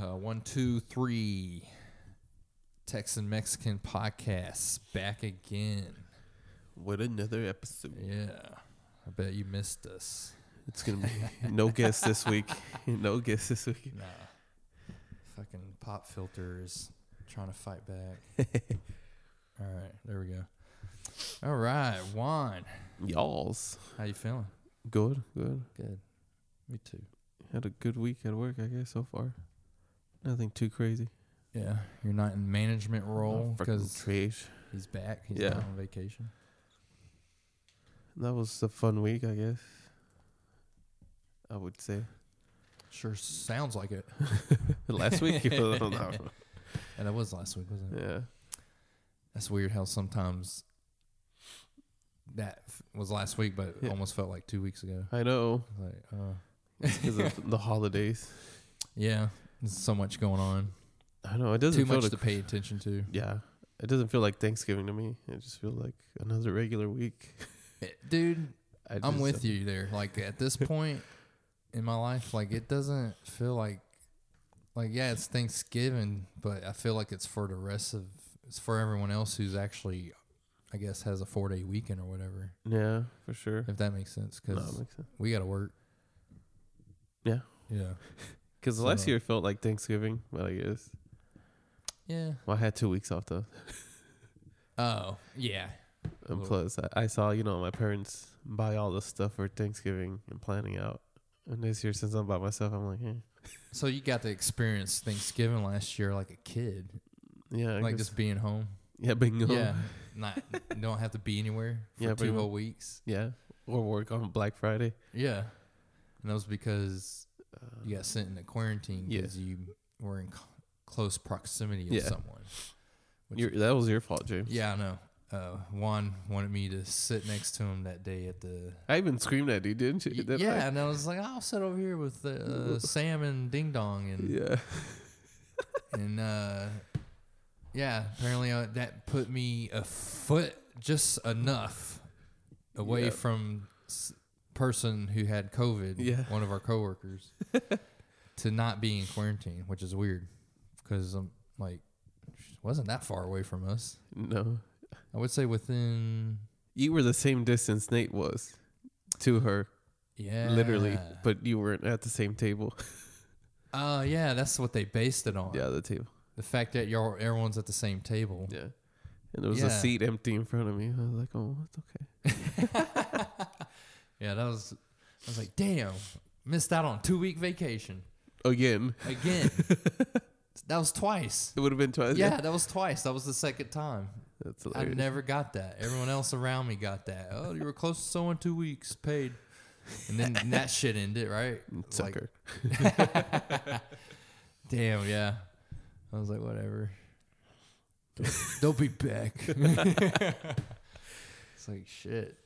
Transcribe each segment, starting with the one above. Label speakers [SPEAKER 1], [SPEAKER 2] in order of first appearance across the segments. [SPEAKER 1] Uh, one, two, three. Texan Mexican podcast back again.
[SPEAKER 2] What another episode.
[SPEAKER 1] Yeah, I bet you missed us.
[SPEAKER 2] It's going to be no guests this week. No guests this week.
[SPEAKER 1] Nah, fucking pop filter is trying to fight back. All right, there we go. All right, Juan,
[SPEAKER 2] Y'all's.
[SPEAKER 1] how you feeling?
[SPEAKER 2] Good, good.
[SPEAKER 1] Good. Me too.
[SPEAKER 2] Had a good week at work, I guess, so far. Nothing too crazy.
[SPEAKER 1] Yeah, you're not in management role
[SPEAKER 2] Oh, fucking
[SPEAKER 1] because
[SPEAKER 2] trash.
[SPEAKER 1] he's back. He's
[SPEAKER 2] Yeah.
[SPEAKER 1] not on vacation.
[SPEAKER 2] That was a fun week, I guess. I would say.
[SPEAKER 1] Sure sounds like it.
[SPEAKER 2] Last week, you were on that one.
[SPEAKER 1] And that was last week, wasn't it?
[SPEAKER 2] Yeah.
[SPEAKER 1] That's weird how sometimes that f- was last week, but it
[SPEAKER 2] Yeah.
[SPEAKER 1] almost felt like two weeks ago.
[SPEAKER 2] I know.
[SPEAKER 1] It's Like, uh,
[SPEAKER 2] Because of the holidays.
[SPEAKER 1] yeah, there's so much going on.
[SPEAKER 2] I know. It doesn't
[SPEAKER 1] Too
[SPEAKER 2] feel
[SPEAKER 1] much
[SPEAKER 2] like
[SPEAKER 1] to pay attention to.
[SPEAKER 2] Yeah. It doesn't feel like Thanksgiving to me. It just feels like another regular week.
[SPEAKER 1] Dude,
[SPEAKER 2] I
[SPEAKER 1] I'm
[SPEAKER 2] just-
[SPEAKER 1] with you there. Like at this point in my life, like it doesn't feel like like yeah, it's Thanksgiving, but I feel like it's for the rest of it's for everyone else who's actually I guess has a 4-day weekend or whatever.
[SPEAKER 2] Yeah, for sure.
[SPEAKER 1] If that makes sense
[SPEAKER 2] No,
[SPEAKER 1] cuz
[SPEAKER 2] it makes sense.
[SPEAKER 1] we got to work.
[SPEAKER 2] Yeah.
[SPEAKER 1] Yeah.
[SPEAKER 2] Because last
[SPEAKER 1] So-
[SPEAKER 2] year felt like Thanksgiving, but I guess.
[SPEAKER 1] Yeah.
[SPEAKER 2] Well, I had two weeks off though.
[SPEAKER 1] Oh, yeah.
[SPEAKER 2] And
[SPEAKER 1] Well-
[SPEAKER 2] plus, I, I saw, you know, my parents buy all this stuff for Thanksgiving and planning out. And this year, since I'm by myself, I'm like, eh.
[SPEAKER 1] So you got to experience Thanksgiving last year like a kid,
[SPEAKER 2] yeah. I
[SPEAKER 1] like
[SPEAKER 2] guess-
[SPEAKER 1] just being home.
[SPEAKER 2] yeah, bingo.
[SPEAKER 1] Yeah, not don't have to be anywhere for
[SPEAKER 2] Yeah, pretty
[SPEAKER 1] two
[SPEAKER 2] much.
[SPEAKER 1] whole weeks.
[SPEAKER 2] Yeah. Or work on Black Friday.
[SPEAKER 1] Yeah, and that was because
[SPEAKER 2] Uh,
[SPEAKER 1] you got sent into quarantine
[SPEAKER 2] Yeah.
[SPEAKER 1] because you were in cl- close proximity of
[SPEAKER 2] Yeah.
[SPEAKER 1] someone. which-
[SPEAKER 2] your- that was your fault, James.
[SPEAKER 1] Yeah, I know. Uh, Juan wanted me to sit next to him that day at the.
[SPEAKER 2] I even screamed at you, didn't you? Didn't I?
[SPEAKER 1] yeah, and I was like, I'll sit over here with uh, Sam and Ding Dong and
[SPEAKER 2] Yeah.
[SPEAKER 1] and uh, yeah, apparently uh, that put me a foot just enough away
[SPEAKER 2] Yeah.
[SPEAKER 1] from s- person who had COVID.
[SPEAKER 2] Yeah.
[SPEAKER 1] one of our coworkers to not be in quarantine, which is weird because I'm like, she wasn't that far away from us.
[SPEAKER 2] No.
[SPEAKER 1] I would say within
[SPEAKER 2] You were the same distance Nate was to her,
[SPEAKER 1] yeah,
[SPEAKER 2] literally, but you weren't at the same table.
[SPEAKER 1] Oh yeah, that's what they based it on.
[SPEAKER 2] Yeah, the table.
[SPEAKER 1] The fact that y'all everyone's at the same table.
[SPEAKER 2] Yeah. And there was
[SPEAKER 1] Yeah.
[SPEAKER 2] a seat empty in front of me. I was like, oh, it's okay.
[SPEAKER 1] yeah, that was. I was like, damn, missed out on two week vacation.
[SPEAKER 2] Again,
[SPEAKER 1] again. that was twice.
[SPEAKER 2] it would have been twice.
[SPEAKER 1] Yeah, that was twice. That was the second time.
[SPEAKER 2] That's
[SPEAKER 1] I
[SPEAKER 2] hilarious.
[SPEAKER 1] never got that. Everyone else around me got that. Oh, you were close to someone two weeks paid, and then that shit ended right. Like,
[SPEAKER 2] Mm, Sucker.
[SPEAKER 1] damn, yeah. I was like, whatever. They'll be back. it's like shit.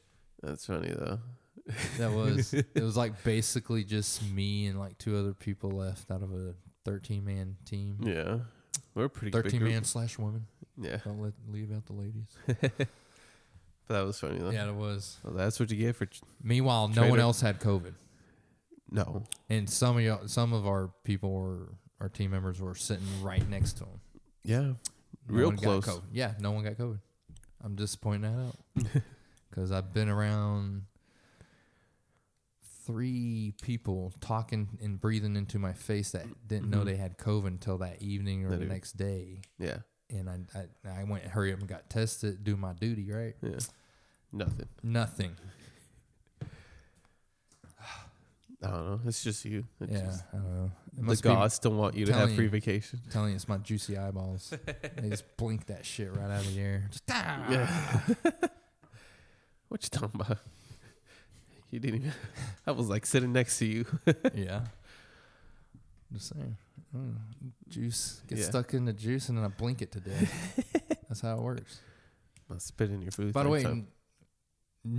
[SPEAKER 2] That's funny, though.
[SPEAKER 1] That was it. Was like basically just me and like two other people left out of a thirteen man team.
[SPEAKER 2] Yeah. We're a pretty big
[SPEAKER 1] Thirteen
[SPEAKER 2] group.
[SPEAKER 1] man slash woman.
[SPEAKER 2] Yeah.
[SPEAKER 1] Don't let leave out the ladies.
[SPEAKER 2] But that was funny, though.
[SPEAKER 1] Yeah, it was.
[SPEAKER 2] Well, that's what you get for. Ch-
[SPEAKER 1] Meanwhile, no one
[SPEAKER 2] Traitor.
[SPEAKER 1] else had COVID,
[SPEAKER 2] no.
[SPEAKER 1] and some of y'all, some of our people were our team members were sitting right next to him.
[SPEAKER 2] Yeah.
[SPEAKER 1] No
[SPEAKER 2] Real
[SPEAKER 1] one got
[SPEAKER 2] close.
[SPEAKER 1] COVID. Yeah, no one got COVID. I'm just pointing that out because I've been around three people talking and breathing into my face that didn't know
[SPEAKER 2] Mhm.
[SPEAKER 1] they had COVID until that evening or
[SPEAKER 2] That
[SPEAKER 1] the
[SPEAKER 2] evening.
[SPEAKER 1] next day.
[SPEAKER 2] Yeah.
[SPEAKER 1] And I, I, I went and hurry up and got tested, do my duty, right?
[SPEAKER 2] Yeah. Nothing.
[SPEAKER 1] Nothing.
[SPEAKER 2] I don't know. It's just you. It's
[SPEAKER 1] yeah,
[SPEAKER 2] Just,
[SPEAKER 1] I don't know. It
[SPEAKER 2] the
[SPEAKER 1] must be
[SPEAKER 2] gods don't want you to have
[SPEAKER 1] telling
[SPEAKER 2] free
[SPEAKER 1] you.
[SPEAKER 2] vacation.
[SPEAKER 1] telling you, it's my juicy eyeballs. they just blink that shit right out of the air. Just, ah!
[SPEAKER 2] Yeah. what you talking about? You didn't even. I was like sitting next to you.
[SPEAKER 1] Yeah. Just saying. Mm, Juice gets
[SPEAKER 2] Yeah.
[SPEAKER 1] stuck in the juice and then I blink it to death. That's how it works.
[SPEAKER 2] I spit in your food.
[SPEAKER 1] By the
[SPEAKER 2] third
[SPEAKER 1] way,
[SPEAKER 2] time.
[SPEAKER 1] n-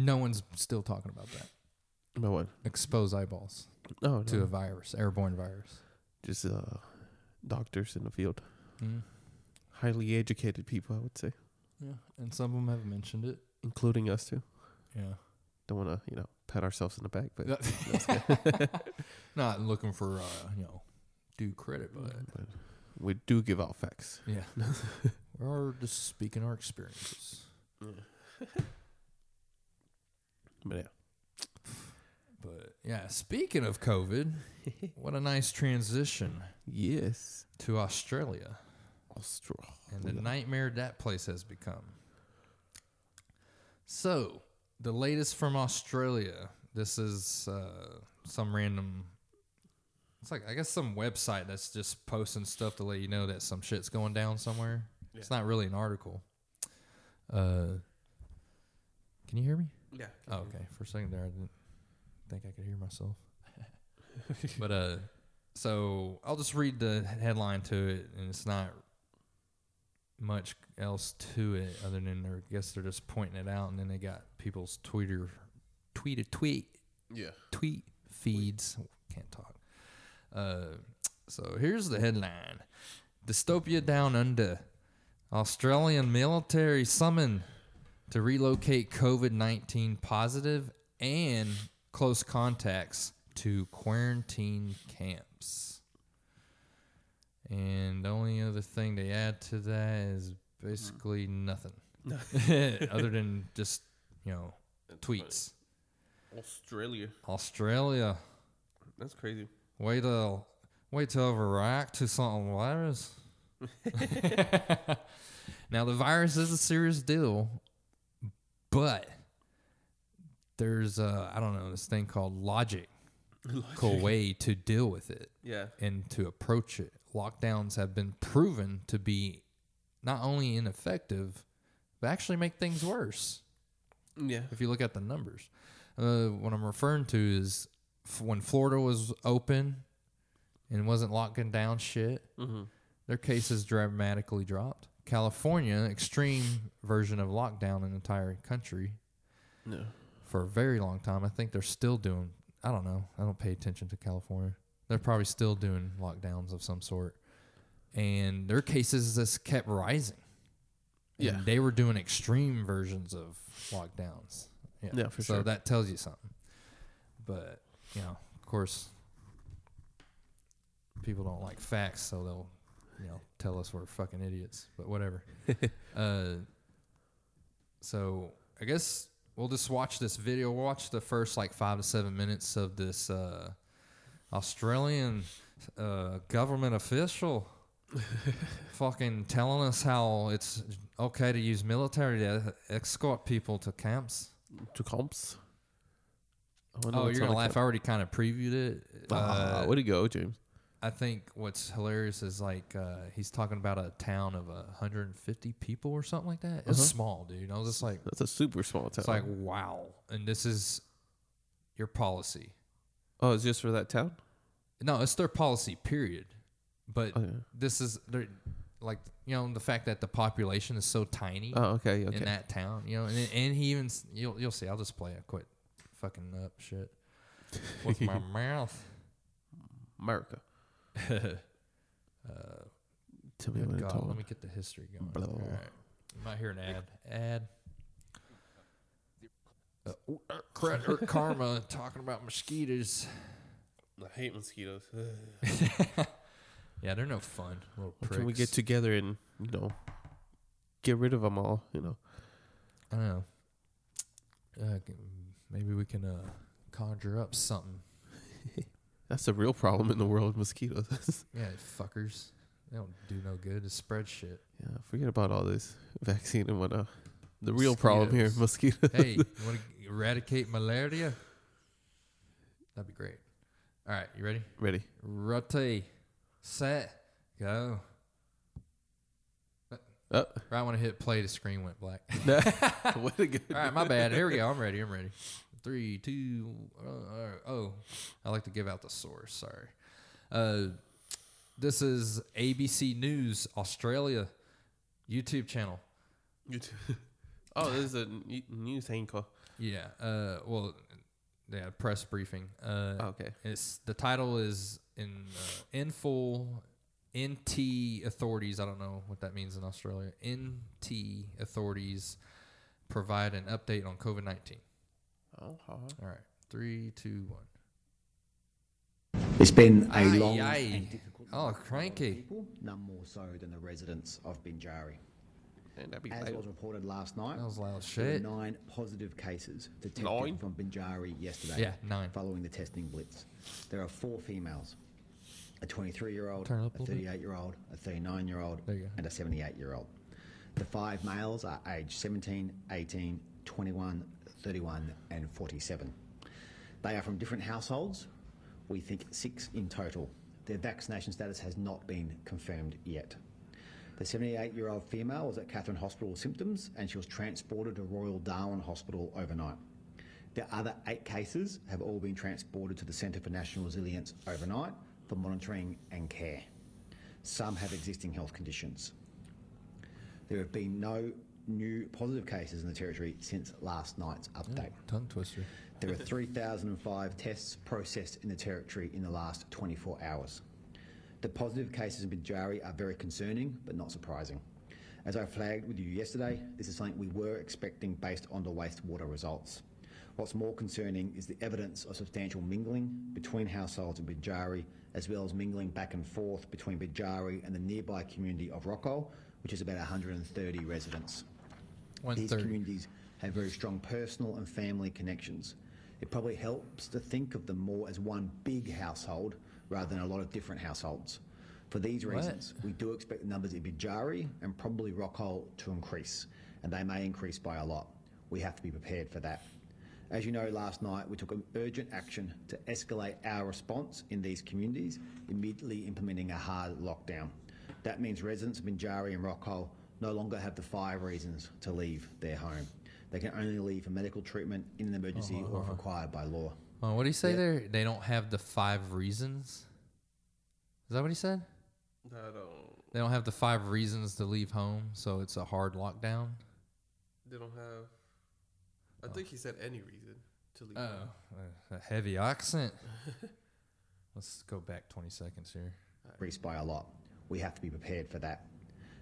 [SPEAKER 1] no one's still talking about that.
[SPEAKER 2] my one.
[SPEAKER 1] Expose eyeballs
[SPEAKER 2] Oh,
[SPEAKER 1] to a
[SPEAKER 2] no.
[SPEAKER 1] virus, airborne virus.
[SPEAKER 2] just uh, doctors in the field,
[SPEAKER 1] Mm.
[SPEAKER 2] highly educated people, I would say,
[SPEAKER 1] Yeah. And some of them have mentioned it.
[SPEAKER 2] including us too.
[SPEAKER 1] Yeah.
[SPEAKER 2] Don't want to, you know, pat ourselves in the back, but
[SPEAKER 1] Not looking for uh, you know due credit, but
[SPEAKER 2] But we do give out facts.
[SPEAKER 1] yeah, we're just speaking our experiences.
[SPEAKER 2] But yeah.
[SPEAKER 1] But yeah, speaking of COVID, what a nice transition
[SPEAKER 2] Yes.
[SPEAKER 1] to Australia
[SPEAKER 2] Austral.
[SPEAKER 1] and the nightmare that place has become. So, the latest from Australia. This is uh, some random. It's like I guess some website that's just posting stuff to let you know that some shit's going down somewhere. It's not really an article. Uh, can you hear me?
[SPEAKER 2] Yeah.
[SPEAKER 1] Oh, okay. For a second there, I didn't think I could hear myself. but uh, so I'll just read the headline to it, and it's not much else to it other than they're, I guess they're just pointing it out, and then they got people's Twitter, tweet a tweet,
[SPEAKER 2] Yeah.
[SPEAKER 1] tweet feeds. Oh, Can't talk. Uh, so here's the headline: Dystopia Down Under. Australian military summon to relocate COVID 19 positive and close contacts to quarantine camps. And the only other thing they add to that is basically nothing, other than just you know tweets.
[SPEAKER 2] Australia.
[SPEAKER 1] Australia.
[SPEAKER 2] That's crazy.
[SPEAKER 1] Way to way to overreact to something virus. now the virus is a serious deal, but there's uh I don't know this thing called logical way to deal with it
[SPEAKER 2] Yeah.
[SPEAKER 1] and to approach it. Lockdowns have been proven to be not only ineffective, but actually make things worse
[SPEAKER 2] Yeah.
[SPEAKER 1] if you look at the numbers. Uh, what I'm referring to is f- when Florida was open and wasn't locking down shit, their cases dramatically dropped. California, extreme version of lockdown in the entire country
[SPEAKER 2] No.
[SPEAKER 1] for a very long time. I think they're still doing, I don't know. I don't pay attention to California. They're probably still doing lockdowns of some sort. And their cases just kept rising. And
[SPEAKER 2] Yeah.
[SPEAKER 1] They were doing extreme versions of lockdowns. Yeah.
[SPEAKER 2] Yeah, for
[SPEAKER 1] so
[SPEAKER 2] sure.
[SPEAKER 1] that tells you something. But, you know, of course, people don't like facts, so they'll, you know, tell us we're fucking idiots, but whatever. uh, so I guess we'll just watch this video. We'll watch the first like five to seven minutes of this uh, Australian uh, government official fucking telling us how it's okay to use military to escort people to camps.
[SPEAKER 2] To comps. I wonder
[SPEAKER 1] Oh,
[SPEAKER 2] what's
[SPEAKER 1] you're gonna
[SPEAKER 2] on
[SPEAKER 1] laugh.
[SPEAKER 2] the
[SPEAKER 1] I already kind of previewed it.
[SPEAKER 2] comp- Ah,
[SPEAKER 1] Uh,
[SPEAKER 2] where'd it go, James?
[SPEAKER 1] I think what's hilarious is like uh, he's talking about a town of uh, 150 people or something like that. It's
[SPEAKER 2] Uh-huh.
[SPEAKER 1] small, dude. I was just like,
[SPEAKER 2] That's a super small town.
[SPEAKER 1] it's like wow, and this is your policy.
[SPEAKER 2] oh, it's just for that town?
[SPEAKER 1] No, it's their policy. Period. But
[SPEAKER 2] Oh, yeah.
[SPEAKER 1] this is their, like you know the fact that the population is so tiny
[SPEAKER 2] Oh, okay. Okay.
[SPEAKER 1] in that town. You know, and, and he even s- you'll you'll see. I'll just play. I quit fucking up shit with my mouth.
[SPEAKER 2] America.
[SPEAKER 1] Uh,
[SPEAKER 2] Tell me
[SPEAKER 1] Good
[SPEAKER 2] what it's
[SPEAKER 1] God, let
[SPEAKER 2] told.
[SPEAKER 1] me get the history going.
[SPEAKER 2] Blah.
[SPEAKER 1] All right. You might hear an ad. Ad. Uh, ooh, uh, credit or karma talking about mosquitoes.
[SPEAKER 2] I hate mosquitoes.
[SPEAKER 1] Yeah, they're no fun. Little pricks.
[SPEAKER 2] Can we get together and, you know, get rid of them all, you know?
[SPEAKER 1] I don't know. Uh, g- maybe we can uh, conjure up something.
[SPEAKER 2] That's the real problem in the world, mosquitoes.
[SPEAKER 1] Yeah, fuckers. They don't do no good. It's spread shit.
[SPEAKER 2] yeah, forget about all this vaccine and whatnot. The real problem here, mosquitoes.
[SPEAKER 1] Hey, you want to eradicate malaria? That'd be great. All right, you ready?
[SPEAKER 2] Ready?
[SPEAKER 1] Ready, set, go.
[SPEAKER 2] Oh,
[SPEAKER 1] Right when I hit play, the screen went black.
[SPEAKER 2] no. what a good.
[SPEAKER 1] All right, my bad. Here we go. I'm ready. I'm ready. Three, two, uh, uh, oh. I like to give out the source. Sorry. Uh, this is ABC News Australia YouTube channel.
[SPEAKER 2] You too. Oh, this is a n- news anchor.
[SPEAKER 1] Yeah. Uh, well, yeah. Press briefing. Uh,
[SPEAKER 2] Oh, okay.
[SPEAKER 1] It's the title is in uh, in full. NT authorities. I don't know what that means in Australia. NT authorities provide an update on COVID nineteen.
[SPEAKER 2] Oh, oh.
[SPEAKER 1] All right, three, two, one.
[SPEAKER 3] It's been a
[SPEAKER 1] Aye,
[SPEAKER 3] long
[SPEAKER 1] aye.
[SPEAKER 3] and difficult
[SPEAKER 1] Oh,
[SPEAKER 3] by
[SPEAKER 1] cranky.
[SPEAKER 3] People, none more so than the residents of Binjari.
[SPEAKER 2] And that'd be
[SPEAKER 3] As
[SPEAKER 2] loud.
[SPEAKER 3] was reported last night,
[SPEAKER 1] That was loud
[SPEAKER 3] there were
[SPEAKER 1] shit.
[SPEAKER 3] nine positive cases detected
[SPEAKER 2] Nine?
[SPEAKER 3] from Binjari yesterday.
[SPEAKER 1] Yeah, nine.
[SPEAKER 3] Following the testing blitz, there are four females: a 23-year-old,
[SPEAKER 1] Turn it up a
[SPEAKER 3] a
[SPEAKER 1] little bit.
[SPEAKER 3] 38-year-old, a 39-year-old,
[SPEAKER 1] There you go.
[SPEAKER 3] and a 78-year-old. The five males are aged 17, 18, 21, 31, and 47. They are from different households. We think six in total. Their vaccination status has not been confirmed yet. The 78 year old female was at Catherine Hospital with symptoms and she was transported to Royal Darwin Hospital overnight. The other eight cases have all been transported to the Centre for National Resilience overnight for monitoring and care. Some have existing health conditions. There have been no new positive cases in the Territory since last night's update.
[SPEAKER 1] Tongue twister.
[SPEAKER 3] There are 3,005 tests processed in the territory in the last 24 hours. The positive cases in Bidjari are very concerning, but not surprising. As I flagged with you yesterday, this is something we were expecting based on the wastewater results. What's more concerning is the evidence of substantial mingling between households in Bidjari, as well as mingling back and forth between Bidjari and the nearby community of Rockall, which is about 130 residents.
[SPEAKER 1] One
[SPEAKER 3] These
[SPEAKER 1] thirty.
[SPEAKER 3] communities have very strong personal and family connections. It probably helps to think of them more as one big household rather than a lot of different households. For these
[SPEAKER 1] What?
[SPEAKER 3] reasons, we do expect the numbers in Bijari and probably Rockall to increase, and they may increase by a lot. We have to be prepared for that. As you know, last night we took an urgent action to escalate our response in these communities, immediately implementing a hard lockdown. That means residents of Binjari and Rockall no longer have the five reasons to leave their home. They can only leave for medical treatment in an emergency or if required by law.
[SPEAKER 1] Oh, what do you say there? They don't have the five reasons. Is that what he said?
[SPEAKER 2] I don't.
[SPEAKER 1] They don't have the five reasons to leave home, so it's a hard lockdown.
[SPEAKER 2] They don't have. I think he said any reason to leave.
[SPEAKER 1] Oh, a heavy accent. Let's go back 20 seconds here.
[SPEAKER 3] increased by a lot. We have to be prepared for that.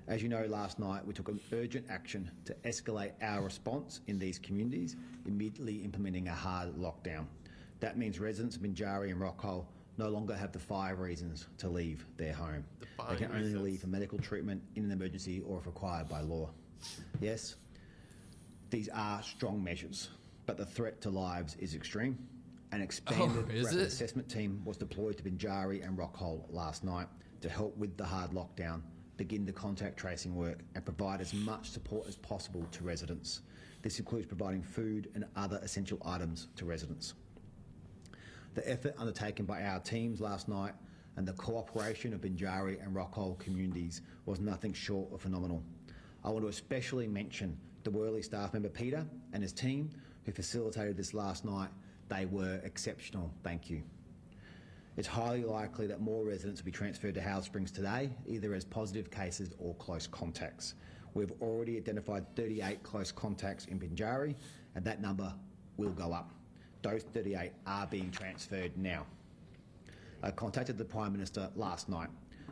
[SPEAKER 3] As you know, last night we took an urgent action to escalate our response in these communities, immediately implementing a hard lockdown. That means residents of Binjari and Rockall no longer have the five reasons to leave their home.
[SPEAKER 2] The
[SPEAKER 3] they
[SPEAKER 2] five
[SPEAKER 3] can only
[SPEAKER 2] reasons.
[SPEAKER 3] leave for medical treatment in an emergency or if required by law. Yes, these are strong measures, but the threat to lives is extreme. An expanded
[SPEAKER 1] Oh, is
[SPEAKER 3] rapid
[SPEAKER 1] it?
[SPEAKER 3] assessment team was deployed to Binjari and Rockhold last night to help with the hard lockdown, begin the contact tracing work, and provide as much support as possible to residents. This includes providing food and other essential items to residents. The effort undertaken by our teams last night and the cooperation of Binjari and Rockall communities was nothing short of phenomenal. I want to especially mention the Worley staff member Peter and his team who facilitated this last night. They were exceptional. Thank you. It's highly likely that more residents will be transferred to Howard Springs today, either as positive cases or close contacts. We've already identified 38 close contacts in Binjari, and that number will go up. Those 38 are being transferred now. I Uh, contacted the Prime Minister last night.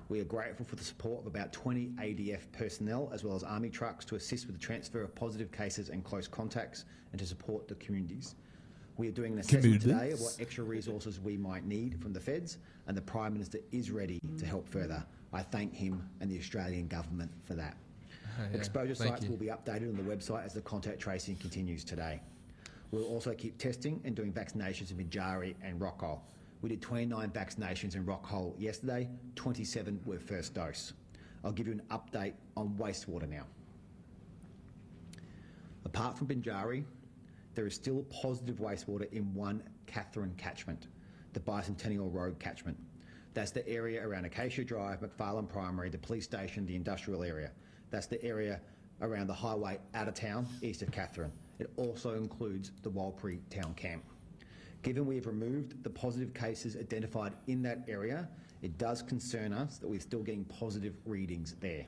[SPEAKER 3] We are grateful for the support of about 20 ADF personnel as well as army trucks to assist with the transfer of positive cases and close contacts and to support the communities. We are doing an assessment today of what extra resources we might need from the feds, and the Prime Minister is ready to help further. I thank him and the Australian government for that.
[SPEAKER 1] Oh, yeah.
[SPEAKER 3] Exposure
[SPEAKER 1] Thank
[SPEAKER 3] sites
[SPEAKER 1] you.
[SPEAKER 3] will be updated on the website as the contact tracing continues today. We'll also keep testing and doing vaccinations in Binjari and Rockall. We did 29 vaccinations in Rockall yesterday, 27 were first dose. I'll give you an update on wastewater now. Apart from Binjari, there is still positive wastewater in one Catherine catchment, the Bicentennial Road catchment. That's the area around Acacia Drive, McFarlane Primary, the police station, the industrial area. That's the area around the highway out of town, east of Catherine. It also includes the Walpree Town Camp. Given we have removed the positive cases identified in that area, it does concern us that we're still getting positive readings there.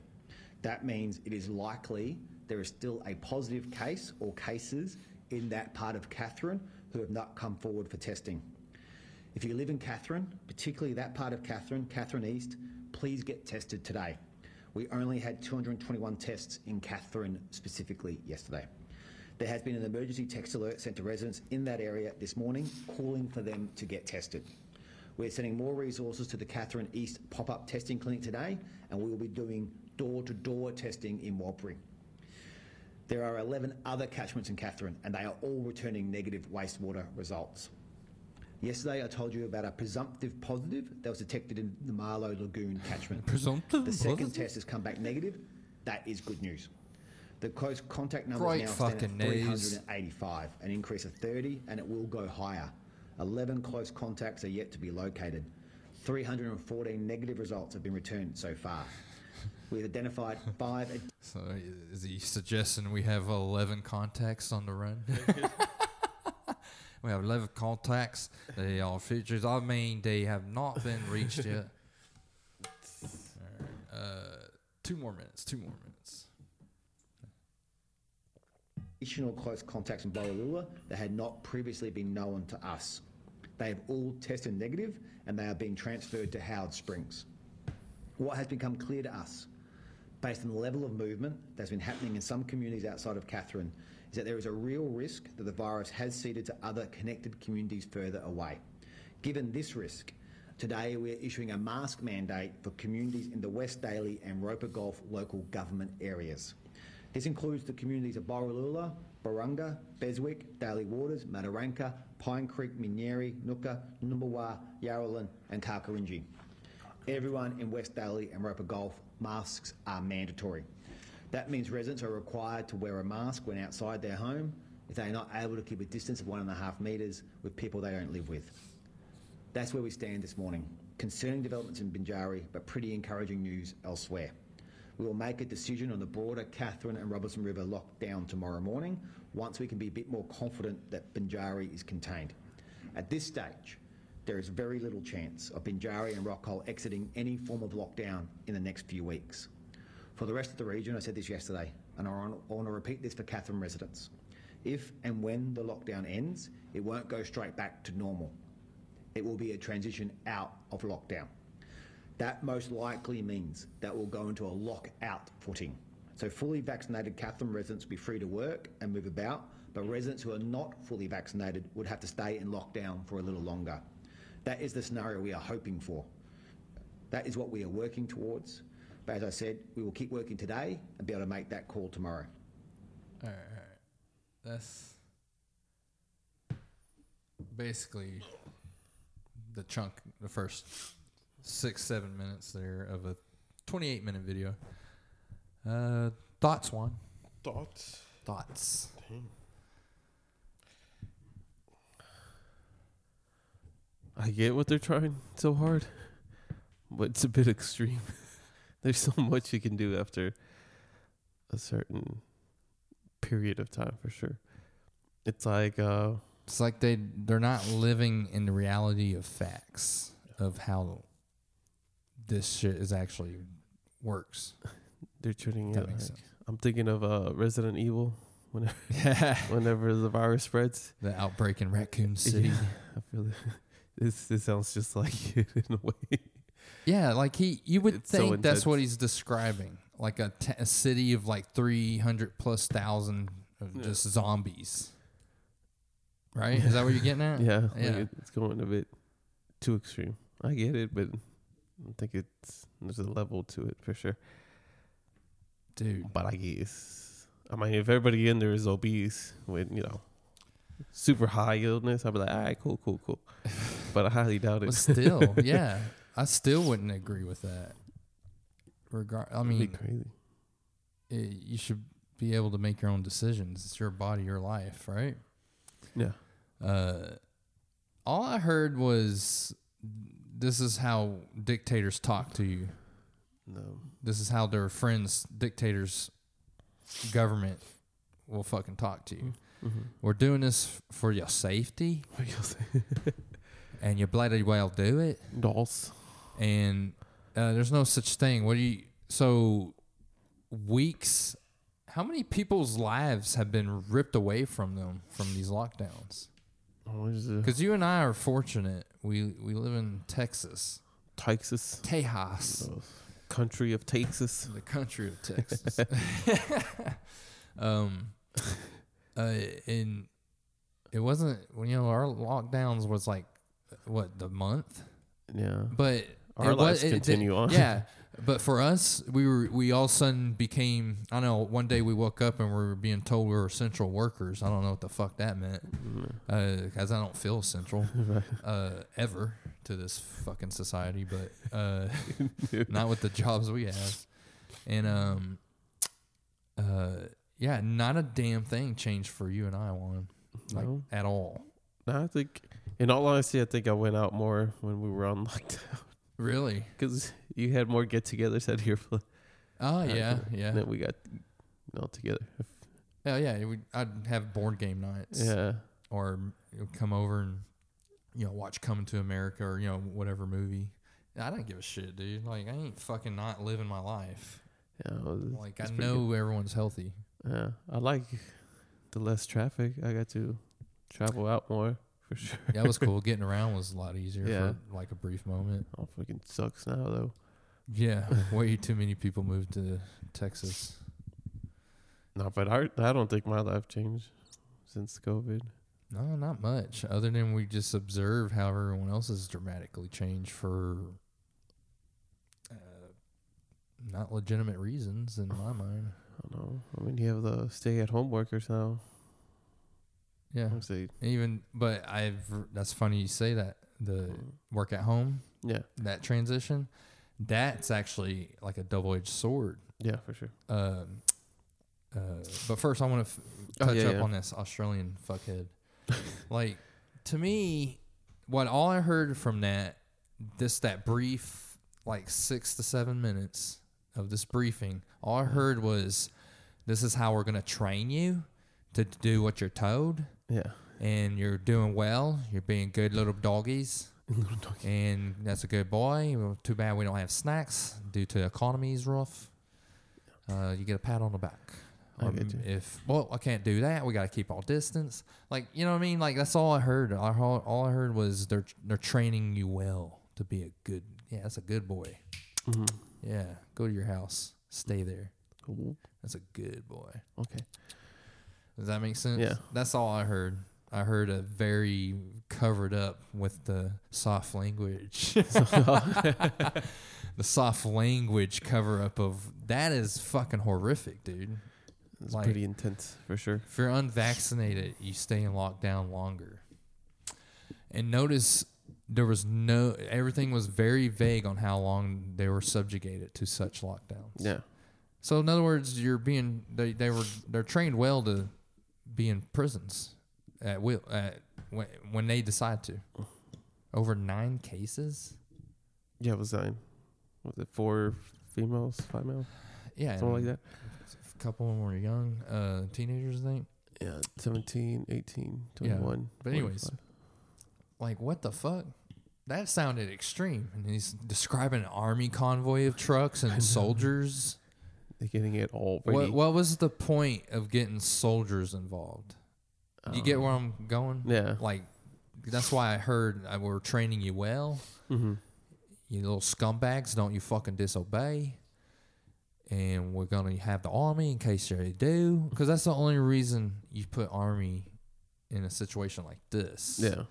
[SPEAKER 3] That means it is likely there is still a positive case or cases in that part of Catherine who have not come forward for testing. If you live in Catherine, particularly that part of Catherine, Catherine East, please get tested today. We only had 221 tests in Catherine specifically yesterday. There has been an emergency text alert sent to residents in that area this morning calling for them to get tested. We're sending more resources to the Catherine East pop up testing clinic today, and we will be doing door to door testing in Warburg. There are 11 other catchments in Catherine, and they are all returning negative wastewater results. Yesterday, I told you about a presumptive positive that was detected in the Marlow Lagoon catchment.
[SPEAKER 1] Presumptive
[SPEAKER 3] The second
[SPEAKER 1] positive?
[SPEAKER 3] test has come back negative. That is good news. The close contact number
[SPEAKER 1] Great
[SPEAKER 3] now stand
[SPEAKER 1] fucking
[SPEAKER 3] at
[SPEAKER 1] news.
[SPEAKER 3] 385, an increase of 30, and it will go higher. 11 close contacts are yet to be located. 314 negative results have been returned so far. We've identified five. ad-
[SPEAKER 1] So is he suggesting we have 11 contacts on the run? we have 11 contacts. They are features. I mean, they have not been reached yet. Alright, Uh, two more minutes. Two more minutes.
[SPEAKER 3] additional close contacts in Borroloola that had not previously been known to us. They have all tested negative and they are being transferred to Howard Springs. What has become clear to us, based on the level of movement that's been happening in some communities outside of Catherine, is that there is a real risk that the virus has seeded to other connected communities further away. Given this risk, today we are issuing a mask mandate for communities in the West Daly and Roper Gulf local government areas. This includes the communities of Borroloola, Barunga, Beswick, Daly Waters, Mataranka, Pine Creek, Minyeri, Nooka, Numbawa, Yarralin, and Karkarinji. Everyone in West Daly and Roper Gulf, masks are mandatory. That means residents are required to wear a mask when outside their home if they are not able to keep a distance of one and a half metres with people they don't live with. That's where we stand this morning. Concerning developments in Binjari, but pretty encouraging news elsewhere. We will make a decision on the broader Catherine and Robertson River lockdown tomorrow morning once we can be a bit more confident that Binjari is contained. At this stage, there is very little chance of Binjari and Rockall exiting any form of lockdown in the next few weeks. For the rest of the region, I said this yesterday, and I want to repeat this for Catherine residents. If and when the lockdown ends, it won't go straight back to normal. It will be a transition out of lockdown. That most likely means that we'll go into a lockout footing. So, fully vaccinated Catherine residents will be free to work and move about, but residents who are not fully vaccinated would have to stay in lockdown for a little longer. That is the scenario we are hoping for. That is what we are working towards. But as I said, we will keep working today and be able to make that call tomorrow.
[SPEAKER 1] All right. All right. That's basically the chunk, the first six, seven minutes there of a 28 minute video. Uh, thoughts, Juan?
[SPEAKER 2] Thoughts?
[SPEAKER 1] Thoughts.
[SPEAKER 2] I get what they're trying so hard, but it's a bit extreme. There's so much you can do after a certain period of time, for sure. It's like, uh,
[SPEAKER 1] It's like they they're not living in the reality of facts of how this shit is actually works.
[SPEAKER 2] they're treating
[SPEAKER 1] That
[SPEAKER 2] it.
[SPEAKER 1] makes
[SPEAKER 2] like- I'm thinking of uh, Resident Evil whenever,
[SPEAKER 1] sense.
[SPEAKER 2] whenever the virus spreads.
[SPEAKER 1] the outbreak in Raccoon City.
[SPEAKER 2] Yeah, I feel it. this. This sounds just like it in a way.
[SPEAKER 1] Yeah, like he, you would
[SPEAKER 2] It's so
[SPEAKER 1] think that's what
[SPEAKER 2] intense.
[SPEAKER 1] he's describing, like a, t- a city of like three hundred plus thousand of
[SPEAKER 2] Yeah.
[SPEAKER 1] just zombies. Right? Is that what you're getting at?
[SPEAKER 2] Yeah, like
[SPEAKER 1] Yeah.
[SPEAKER 2] it- it's going a bit too extreme. I get it, but I think it's there's a level to it for sure.
[SPEAKER 1] dude.
[SPEAKER 2] But I guess I mean, if everybody in there is obese with you know super high illness, I'd be like, all right, cool, cool, cool. but I highly doubt
[SPEAKER 1] But
[SPEAKER 2] it.
[SPEAKER 1] still, yeah, I still wouldn't agree with that. Regard, I
[SPEAKER 2] It'd be
[SPEAKER 1] mean,
[SPEAKER 2] crazy.
[SPEAKER 1] i you should be able to make your own decisions. It's your body, your life, right?
[SPEAKER 2] Yeah,
[SPEAKER 1] Uh, all I heard was this is how dictators talk to you.
[SPEAKER 2] no,
[SPEAKER 1] This is how their friends, dictators, government will fucking talk to you.
[SPEAKER 2] Mm-hmm.
[SPEAKER 1] We're doing this f- for your safety,
[SPEAKER 2] what you say?
[SPEAKER 1] and you bloody well do it.
[SPEAKER 2] Dolls.
[SPEAKER 1] and uh, there's no such thing. What do you? So weeks. How many people's lives have been ripped away from them from these lockdowns?
[SPEAKER 2] Oh, there's a
[SPEAKER 1] Because you and I are fortunate. We we live in Texas,
[SPEAKER 2] Texas,
[SPEAKER 1] Tejas,
[SPEAKER 2] the country of Texas.
[SPEAKER 1] the country of Texas. um, uh, and it wasn't when you know our lockdowns was like what the month
[SPEAKER 2] Yeah.
[SPEAKER 1] but
[SPEAKER 2] Our
[SPEAKER 1] it
[SPEAKER 2] lives
[SPEAKER 1] it did-
[SPEAKER 2] continue on.
[SPEAKER 1] Yeah, but for us, we were we all of a sudden became. I know one day we woke up and we were being told we were essential workers. I don't know what the fuck that meant,
[SPEAKER 2] Mm.
[SPEAKER 1] because I don't feel essential uh, ever to this fucking society, but uh, not with the jobs we have, and um, uh, yeah, not a damn thing changed for you and I, Juan, like
[SPEAKER 2] No.
[SPEAKER 1] at all.
[SPEAKER 2] No, I think, in all honesty, I think I went out more when we were on lockdown
[SPEAKER 1] Really?
[SPEAKER 2] because you had more get-togethers at your place.
[SPEAKER 1] Oh yeah, yeah.
[SPEAKER 2] And then we got you know, together.
[SPEAKER 1] Oh yeah, we, I'd have board game nights.
[SPEAKER 2] Yeah.
[SPEAKER 1] or you know, come over and you know watch Coming to America or you know whatever movie. I don't give a shit, dude. Like I ain't fucking not living my life.
[SPEAKER 2] Yeah. it was-
[SPEAKER 1] Like I
[SPEAKER 2] it's pretty
[SPEAKER 1] know everyone's healthy.
[SPEAKER 2] good. Yeah. I like the less traffic. I got to travel out more for sure.
[SPEAKER 1] That was cool. Getting around was a lot easier
[SPEAKER 2] Yeah.
[SPEAKER 1] for like a brief moment.
[SPEAKER 2] Oh, fucking sucks now though.
[SPEAKER 1] Yeah, way too many people moved to Texas.
[SPEAKER 2] No, but I I don't think my life changed since COVID.
[SPEAKER 1] No, not much. Other than we just observe how everyone else has dramatically changed for uh, not legitimate reasons in my mind.
[SPEAKER 2] I don't know. I mean, you have the stay-at-home workers now.
[SPEAKER 1] Yeah.
[SPEAKER 2] Obviously,
[SPEAKER 1] Even, but I've. That's funny you say that. The work at home,
[SPEAKER 2] yeah,
[SPEAKER 1] that transition, that's actually like a double-edged sword.
[SPEAKER 2] yeah, for sure.
[SPEAKER 1] Um, uh, but first, I want to
[SPEAKER 2] Oh,
[SPEAKER 1] f- touch
[SPEAKER 2] yeah,
[SPEAKER 1] up
[SPEAKER 2] yeah.
[SPEAKER 1] on this Australian fuckhead. like, to me, what all I heard from that, just that brief, like six to seven minutes of this briefing, all I heard was, "This is how we're gonna train you to do what you're told."
[SPEAKER 2] Yeah,
[SPEAKER 1] and you're doing well. You're being good little doggies,
[SPEAKER 2] Little doggy.
[SPEAKER 1] and that's a good boy. Well, Too bad we don't have snacks due to economy's rough. Uh, you get a pat on the back. Um,
[SPEAKER 2] I get you.
[SPEAKER 1] if well, I can't do that. We got to keep our distance. Like you know what I mean. Like that's all I heard. I, heard- all I heard was they're they're training you well to be a good. Yeah, that's a good boy.
[SPEAKER 2] Mm-hmm.
[SPEAKER 1] Yeah, go to your house. Stay there.
[SPEAKER 2] Ooh,
[SPEAKER 1] That's a good boy.
[SPEAKER 2] okay.
[SPEAKER 1] Does that make sense?
[SPEAKER 2] Yeah.
[SPEAKER 1] That's all I heard. I heard a very covered up with the soft language. the soft language cover up of that is fucking horrific, dude.
[SPEAKER 2] It's
[SPEAKER 1] Like-
[SPEAKER 2] pretty intense for sure.
[SPEAKER 1] If you're unvaccinated, you stay in lockdown longer. And notice there was no everything was very vague on how long they were subjugated to such lockdowns.
[SPEAKER 2] Yeah,
[SPEAKER 1] So in other words, you're being they, they were they're trained well to be in prisons at will at when, when they decide to. Over nine cases,
[SPEAKER 2] yeah. It was nine. Was it four females, five males,
[SPEAKER 1] yeah,
[SPEAKER 2] something like
[SPEAKER 1] and
[SPEAKER 2] that?
[SPEAKER 1] A couple of them were young uh, teenagers, I think.
[SPEAKER 2] Yeah, 17, 18,
[SPEAKER 1] Yeah.
[SPEAKER 2] 21.
[SPEAKER 1] But anyways,
[SPEAKER 2] 45.
[SPEAKER 1] Like what the fuck? That sounded extreme. And he's describing an army convoy of trucks and soldiers.
[SPEAKER 2] they're getting it all.
[SPEAKER 1] What
[SPEAKER 2] ready.
[SPEAKER 1] what was the point of getting soldiers involved? you
[SPEAKER 2] Um,
[SPEAKER 1] get where I'm going?
[SPEAKER 2] Yeah.
[SPEAKER 1] Like that's why I heard I were training you well.
[SPEAKER 2] Mm-hmm.
[SPEAKER 1] you little scumbags, don't you fucking disobey. And we're going to have the army in case you do. Because that's the only reason you put army in a situation like this.
[SPEAKER 2] Yeah.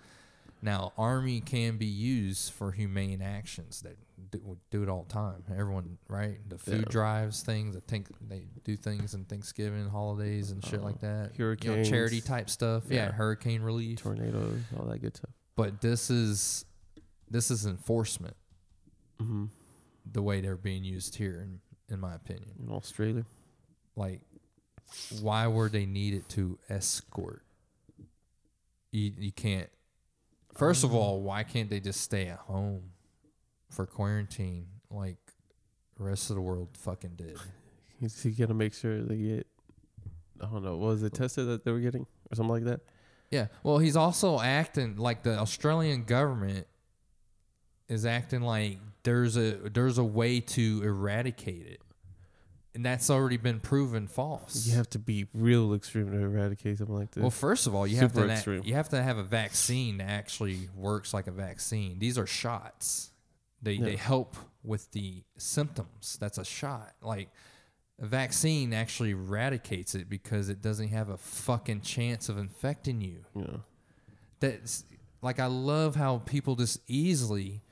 [SPEAKER 1] Now, army can be used for humane actions that do, we do it all the time. Everyone, right? The food
[SPEAKER 2] Yeah.
[SPEAKER 1] drives, things. I think they do things in Thanksgiving, holidays, and shit like that. You know,
[SPEAKER 2] Uh, hurricanes.
[SPEAKER 1] charity type stuff. Yeah,
[SPEAKER 2] Yeah.
[SPEAKER 1] hurricane relief
[SPEAKER 2] Tornadoes, all that good stuff.
[SPEAKER 1] but this is this is enforcement
[SPEAKER 2] Mhm.
[SPEAKER 1] the way they're being used here in, in my opinion
[SPEAKER 2] In Australia,
[SPEAKER 1] like why were they needed to escort you, you can't first of all why can't they just stay at home for quarantine like the rest of the world fucking did
[SPEAKER 2] he's he gonna make sure they get. I don't know. What was it tested that they were getting or something like that?
[SPEAKER 1] Yeah. Well, he's also acting like the Australian government is acting like there's a there's a way to eradicate it. And that's already been proven false.
[SPEAKER 2] You have to be real extreme to eradicate something like this.
[SPEAKER 1] Well, first of all, you have
[SPEAKER 2] Super
[SPEAKER 1] to na-
[SPEAKER 2] extreme.
[SPEAKER 1] you have to have a vaccine that actually works like a vaccine. These are shots. They they
[SPEAKER 2] Yeah.
[SPEAKER 1] help with the symptoms. That's a shot. Like a vaccine actually eradicates it because it doesn't have a fucking chance of infecting you.
[SPEAKER 2] you know.
[SPEAKER 1] that's like I love how people just easily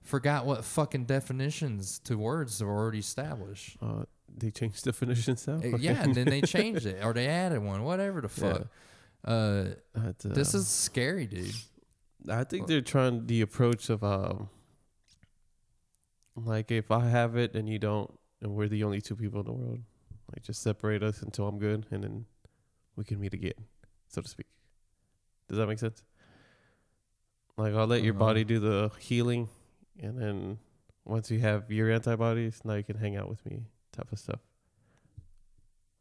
[SPEAKER 1] forgot what fucking definitions to words were already established.
[SPEAKER 2] Uh, they changed definitions now.
[SPEAKER 1] Uh, Yeah, and then they changed it or they added one, whatever the fuck. Uh,
[SPEAKER 2] But, uh,
[SPEAKER 1] this is scary, dude.
[SPEAKER 2] I think they're trying the approach of um, like if I have it and you don't, and we're the only two people in the world, like just separate us until I'm good, and then we can meet again, so to speak. Does that make sense? Like I'll let your
[SPEAKER 1] Uh-huh.
[SPEAKER 2] body do the healing, and then once you have your antibodies, now you can hang out with me, type of stuff.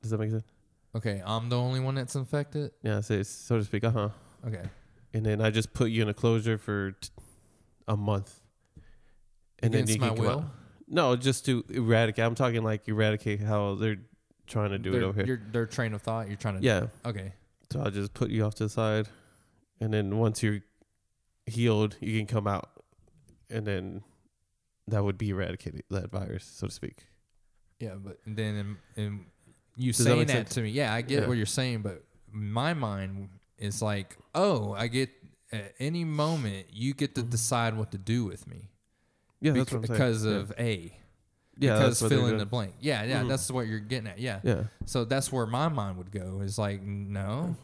[SPEAKER 2] Does that make sense?
[SPEAKER 1] Okay, I'm the only one that's infected.
[SPEAKER 2] Yeah, so, it's, so to speak. Uh huh.
[SPEAKER 1] Okay,
[SPEAKER 2] and then I just put you in a closure for t- a month, and
[SPEAKER 1] against
[SPEAKER 2] then
[SPEAKER 1] my
[SPEAKER 2] you can come
[SPEAKER 1] will.
[SPEAKER 2] out. No, just to eradicate. I'm talking like eradicate how they're trying to do
[SPEAKER 1] Their-
[SPEAKER 2] it over here.
[SPEAKER 1] Your, their train of thought. You're trying to.
[SPEAKER 2] Yeah,
[SPEAKER 1] Okay.
[SPEAKER 2] so I'll just put you off to the side, and then once you're healed, you can come out, and then that would be eradicated that virus, so to speak.
[SPEAKER 1] Yeah, but then in, in you
[SPEAKER 2] Does that
[SPEAKER 1] saying
[SPEAKER 2] make
[SPEAKER 1] that,
[SPEAKER 2] sense?
[SPEAKER 1] to me, yeah, I get
[SPEAKER 2] Yeah.
[SPEAKER 1] what you're saying, but my mind is like, oh, I get at any moment you get to decide what to do with me
[SPEAKER 2] Yeah,
[SPEAKER 1] bec-
[SPEAKER 2] that's what I'm saying.
[SPEAKER 1] because
[SPEAKER 2] Yeah.
[SPEAKER 1] of a
[SPEAKER 2] yeah,
[SPEAKER 1] because
[SPEAKER 2] that's what they're
[SPEAKER 1] fill in
[SPEAKER 2] doing.
[SPEAKER 1] the blank. Yeah, yeah,
[SPEAKER 2] Mhm.
[SPEAKER 1] that's what you're getting at. Yeah.
[SPEAKER 2] yeah.
[SPEAKER 1] so that's where my mind would go. Is like no,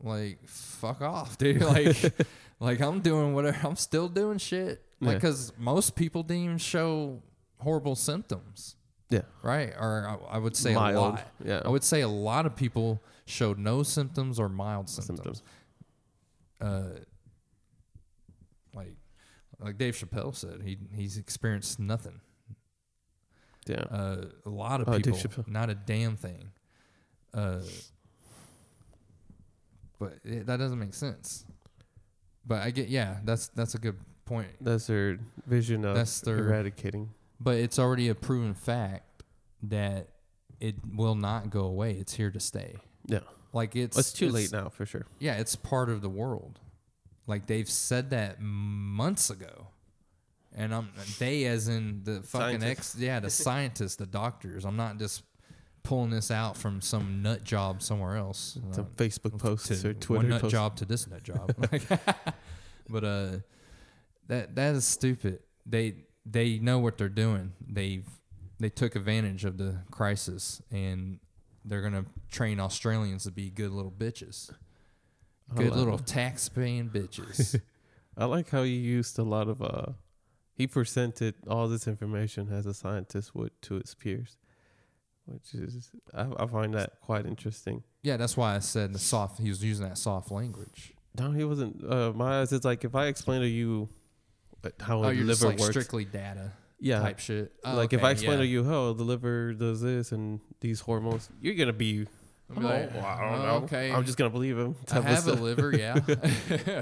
[SPEAKER 1] like fuck off, dude. Like, like I'm doing whatever. I'm still doing shit. Like,
[SPEAKER 2] Yeah.
[SPEAKER 1] because most people didn't even show horrible symptoms
[SPEAKER 2] Yeah,
[SPEAKER 1] right? Or I, I would say
[SPEAKER 2] Mild,
[SPEAKER 1] a lot.
[SPEAKER 2] yeah.
[SPEAKER 1] I would say a lot of people showed no symptoms or mild symptoms.
[SPEAKER 2] symptoms.
[SPEAKER 1] Uh, like, like Dave Chappelle said, he he's experienced nothing.
[SPEAKER 2] Yeah,
[SPEAKER 1] Uh, a lot of
[SPEAKER 2] Oh, Dave
[SPEAKER 1] people,
[SPEAKER 2] Chappelle.
[SPEAKER 1] not a damn thing. Uh, but it, that doesn't make sense. But I get, yeah, that's that's a good point.
[SPEAKER 2] that's their vision of
[SPEAKER 1] That's their-
[SPEAKER 2] eradicating.
[SPEAKER 1] But it's already a proven fact that it will not go away. It's here to stay.
[SPEAKER 2] Yeah,
[SPEAKER 1] Like it's
[SPEAKER 2] it's too late now for sure.
[SPEAKER 1] Yeah, it's part of the world. Like they've said that months ago, and I'm they as in the fucking ex. Yeah, the scientists, the doctors. I'm not just pulling this out from some nut job somewhere else.
[SPEAKER 2] Some
[SPEAKER 1] Uh,
[SPEAKER 2] Facebook posts
[SPEAKER 1] to
[SPEAKER 2] or
[SPEAKER 1] one
[SPEAKER 2] Twitter
[SPEAKER 1] nut
[SPEAKER 2] posts.
[SPEAKER 1] job to this nut job. but uh, that that is stupid. They they know what they're doing. They've they took advantage of the crisis and they're gonna train Australians to be good little bitches, good
[SPEAKER 2] Hello.
[SPEAKER 1] little tax paying bitches.
[SPEAKER 2] I like how you used a lot of uh he presented all this information as a scientist would to his peers. Which is I, I find that quite interesting.
[SPEAKER 1] yeah, that's why I said the soft. He was using that soft language.
[SPEAKER 2] No, he wasn't uh my eyes it's like if I explain to you uh, how
[SPEAKER 1] oh,
[SPEAKER 2] a
[SPEAKER 1] you're just
[SPEAKER 2] liver
[SPEAKER 1] like
[SPEAKER 2] works.
[SPEAKER 1] strictly data
[SPEAKER 2] yeah.
[SPEAKER 1] type shit. Oh,
[SPEAKER 2] like if
[SPEAKER 1] okay,
[SPEAKER 2] I explain
[SPEAKER 1] yeah.
[SPEAKER 2] to you how the liver does this and these hormones, you're gonna be,
[SPEAKER 1] I'll be like,
[SPEAKER 2] "Oh, I don't
[SPEAKER 1] "Oh,
[SPEAKER 2] know.
[SPEAKER 1] okay.
[SPEAKER 2] I'm just gonna believe him.
[SPEAKER 1] I
[SPEAKER 2] type of
[SPEAKER 1] have a
[SPEAKER 2] stuff.
[SPEAKER 1] liver. Yeah.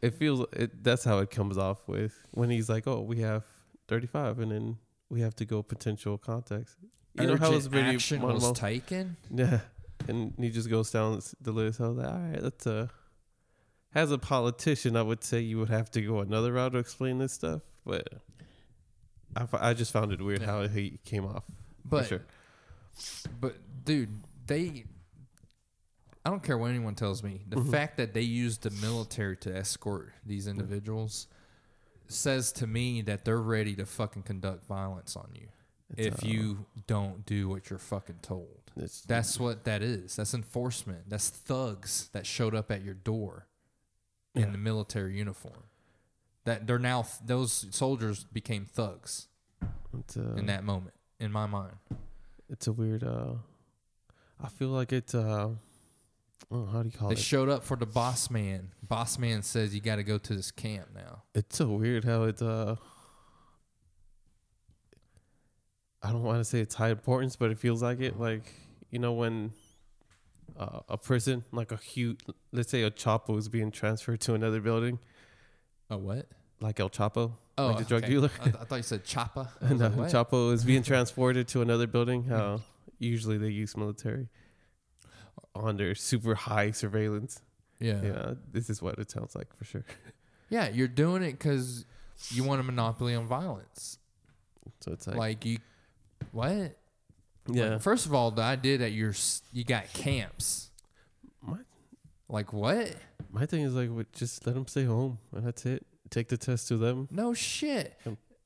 [SPEAKER 2] it feels it, that's how it comes off with when he's like, "Oh, we have 35, and then we have to go potential contacts." You know how
[SPEAKER 1] Urgent
[SPEAKER 2] it's really
[SPEAKER 1] action
[SPEAKER 2] one
[SPEAKER 1] was
[SPEAKER 2] mo-
[SPEAKER 1] taken.
[SPEAKER 2] yeah, and he just goes down s- the list. I was like, "All right, that's uh." As a politician, I would say you would have to go another route to explain this stuff, but I, f- I just found it weird
[SPEAKER 1] Yeah.
[SPEAKER 2] how he came off. for
[SPEAKER 1] But
[SPEAKER 2] sure.
[SPEAKER 1] but dude, they I don't care what anyone tells me. The
[SPEAKER 2] Mm-hmm.
[SPEAKER 1] fact that they used the military to escort these individuals says to me that they're ready to fucking conduct violence on you if you
[SPEAKER 2] uh,
[SPEAKER 1] don't do what you're fucking told.
[SPEAKER 2] It's-
[SPEAKER 1] That's what that is. That's enforcement. That's thugs that showed up at your door in the military uniform. That they're now those soldiers became thugs
[SPEAKER 2] it's, uh,
[SPEAKER 1] in that moment in my mind.
[SPEAKER 2] it's a weird. Uh, I feel like it's. Uh, oh, how do you call
[SPEAKER 1] They
[SPEAKER 2] it?
[SPEAKER 1] showed up for the boss man. Boss man says you got to go to this camp now.
[SPEAKER 2] It's so weird how it uh I don't want to say it's high importance, but it feels like it. Like you know when uh, a prison, like a huge, let's say El Chapo is being transferred to another building,
[SPEAKER 1] Oh what?
[SPEAKER 2] like El Chapo,
[SPEAKER 1] Oh,
[SPEAKER 2] like the drug
[SPEAKER 1] okay.
[SPEAKER 2] dealer.
[SPEAKER 1] I, th- I thought you said choppa. I
[SPEAKER 2] no,
[SPEAKER 1] was like, what?
[SPEAKER 2] Chapo is being transported to another building. How usually they use military on their super high surveillance.
[SPEAKER 1] Yeah. yeah,
[SPEAKER 2] Yeah, this is what it sounds like for sure.
[SPEAKER 1] You're doing it because you want a monopoly on violence.
[SPEAKER 2] So it's like,
[SPEAKER 1] Like, you, what?
[SPEAKER 2] yeah,
[SPEAKER 1] Like, first of all, the idea that you're s- you got camps.
[SPEAKER 2] My-
[SPEAKER 1] Like what?
[SPEAKER 2] My thing is like, what- just let them stay home, and that's it. take the test to them.
[SPEAKER 1] No shit.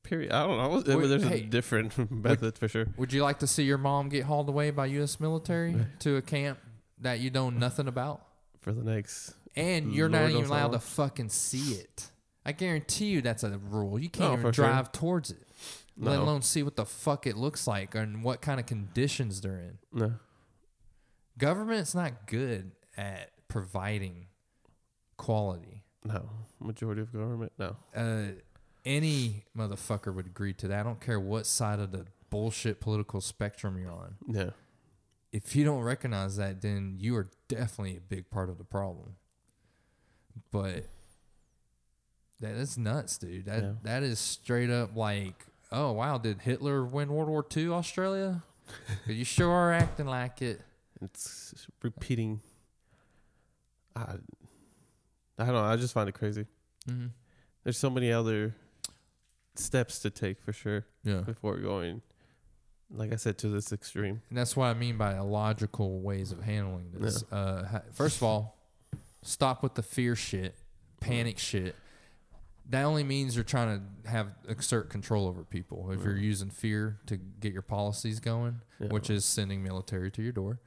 [SPEAKER 2] Period. I don't know. I
[SPEAKER 1] Wait,
[SPEAKER 2] mean, there's
[SPEAKER 1] hey.
[SPEAKER 2] a different method for sure.
[SPEAKER 1] Would you like to see your mom get hauled away by U.S. military to a camp that you know nothing about?
[SPEAKER 2] For the next,
[SPEAKER 1] And you're
[SPEAKER 2] Mm, Lord
[SPEAKER 1] not even
[SPEAKER 2] knows how
[SPEAKER 1] allowed to
[SPEAKER 2] long.
[SPEAKER 1] fucking see it. I guarantee you that's a rule. You
[SPEAKER 2] Oh,
[SPEAKER 1] can't even
[SPEAKER 2] for sure.
[SPEAKER 1] drive towards it, let
[SPEAKER 2] No.
[SPEAKER 1] alone see what the fuck it looks like and what kind of conditions they're in.
[SPEAKER 2] no,
[SPEAKER 1] Government's not good at providing quality.
[SPEAKER 2] no, majority of government, no.
[SPEAKER 1] uh, any motherfucker would agree to that. I don't care what side of the bullshit political spectrum you're on.
[SPEAKER 2] Yeah.
[SPEAKER 1] If you don't recognize that, then you are definitely a big part of the problem. But that is nuts, dude. That
[SPEAKER 2] Yeah.
[SPEAKER 1] that is straight up like, oh wow, did Hitler win World War II, Australia? 'Cause you sure are acting like it.
[SPEAKER 2] It's repeating. I, I don't know. I just find it crazy.
[SPEAKER 1] Mm-hmm.
[SPEAKER 2] There's so many other steps to take for sure
[SPEAKER 1] Yeah,
[SPEAKER 2] before going, like I said, to this extreme.
[SPEAKER 1] and that's what I mean by illogical ways of handling this. Uh, ha- first of all, stop with the fear shit, panic shit. That only means you're trying to have exert control over people. If you're using fear to get your policies going,
[SPEAKER 2] Yeah.
[SPEAKER 1] which is sending military to your door,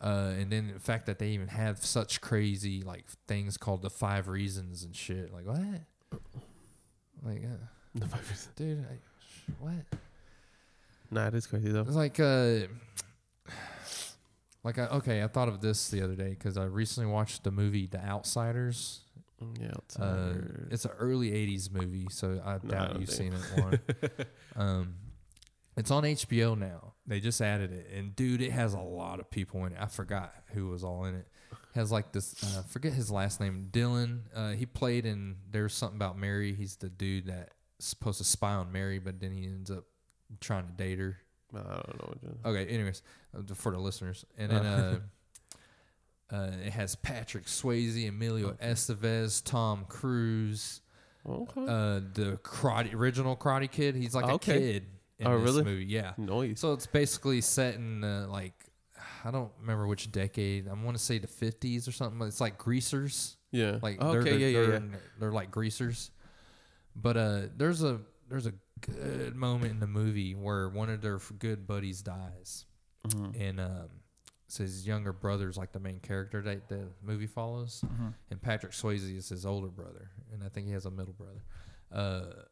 [SPEAKER 1] uh, and then the fact that they even have such crazy like things called the five reasons and shit, like what, like uh,
[SPEAKER 2] The virus.
[SPEAKER 1] dude, I, what?
[SPEAKER 2] Nah, it is crazy though.
[SPEAKER 1] It's like uh like I, okay, I thought of this the other day cuz I recently watched the movie The Outsiders.
[SPEAKER 2] Mm, Yeah.
[SPEAKER 1] Uh,
[SPEAKER 2] outside.
[SPEAKER 1] it's an early 80s movie, so I
[SPEAKER 2] No, I
[SPEAKER 1] doubt
[SPEAKER 2] don't
[SPEAKER 1] you've seen
[SPEAKER 2] think-
[SPEAKER 1] it Warren. um it's on HBO now. They just added it. And dude, it has a lot of people in it. I forgot who was all in it. Has like this uh, forget his last name, Dylan. Uh, he played in There's Something About Mary. He's the dude that's supposed to spy on Mary, but then he ends up trying to date her.
[SPEAKER 2] I don't know. What you-
[SPEAKER 1] Okay. Anyways, uh, for the listeners, and then uh,
[SPEAKER 2] Uh-huh.
[SPEAKER 1] uh, it has Patrick Swayze, Emilio Estevez, Tom Cruise,
[SPEAKER 2] Okay.
[SPEAKER 1] uh, the karate, original Karate Kid. He's like
[SPEAKER 2] Okay.
[SPEAKER 1] a kid in
[SPEAKER 2] Oh,
[SPEAKER 1] this
[SPEAKER 2] really?
[SPEAKER 1] movie. Yeah.
[SPEAKER 2] Noise.
[SPEAKER 1] So it's basically set in uh, like I don't remember which decade. I want to say the fifties or something. but It's like Greasers.
[SPEAKER 2] Yeah.
[SPEAKER 1] Like
[SPEAKER 2] Oh, okay.
[SPEAKER 1] they're,
[SPEAKER 2] yeah.
[SPEAKER 1] they're,
[SPEAKER 2] Yeah. Yeah.
[SPEAKER 1] they're like greasers. But uh, there's a there's a good moment in the movie where one of their f- good buddies dies, and um, it's his younger brother's like the main character that the movie follows, and Patrick Swayze is his older brother, and I think he has a middle brother. Uh,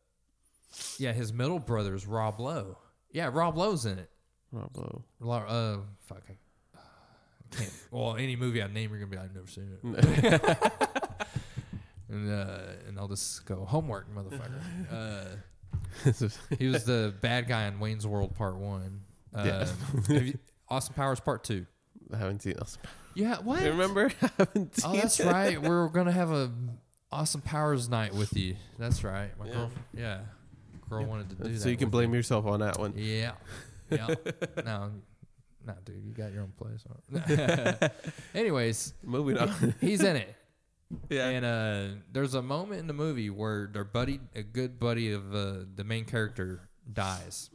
[SPEAKER 1] yeah, his middle brother is Rob Lowe. Yeah, Rob Lowe's in it.
[SPEAKER 2] Rob Lowe.
[SPEAKER 1] Lar- Uh, fuck. I, I can't. Well, any movie I name, you're gonna be like, I've never seen it. and uh, and I'll just go homework, motherfucker. Uh, he was the bad guy in Wayne's World Part One. Uh, have you- Austin Powers Part Two.
[SPEAKER 2] I haven't seen Austin.
[SPEAKER 1] Yeah. What?
[SPEAKER 2] I remember. I haven't seen
[SPEAKER 1] Oh, that's
[SPEAKER 2] it.
[SPEAKER 1] right. We're gonna have a Austin Powers night with you. That's right. My
[SPEAKER 2] Yeah.
[SPEAKER 1] girl. Yeah. Girl wanted to do that.
[SPEAKER 2] So you can
[SPEAKER 1] with
[SPEAKER 2] blame yourself on that one.
[SPEAKER 1] Yeah. Yeah. no. No, dude, you got your own place. Anyways,
[SPEAKER 2] Moving on.
[SPEAKER 1] he's in it.
[SPEAKER 2] yeah.
[SPEAKER 1] And uh, there's a moment in the movie where their buddy, a good buddy of uh, the main character, dies,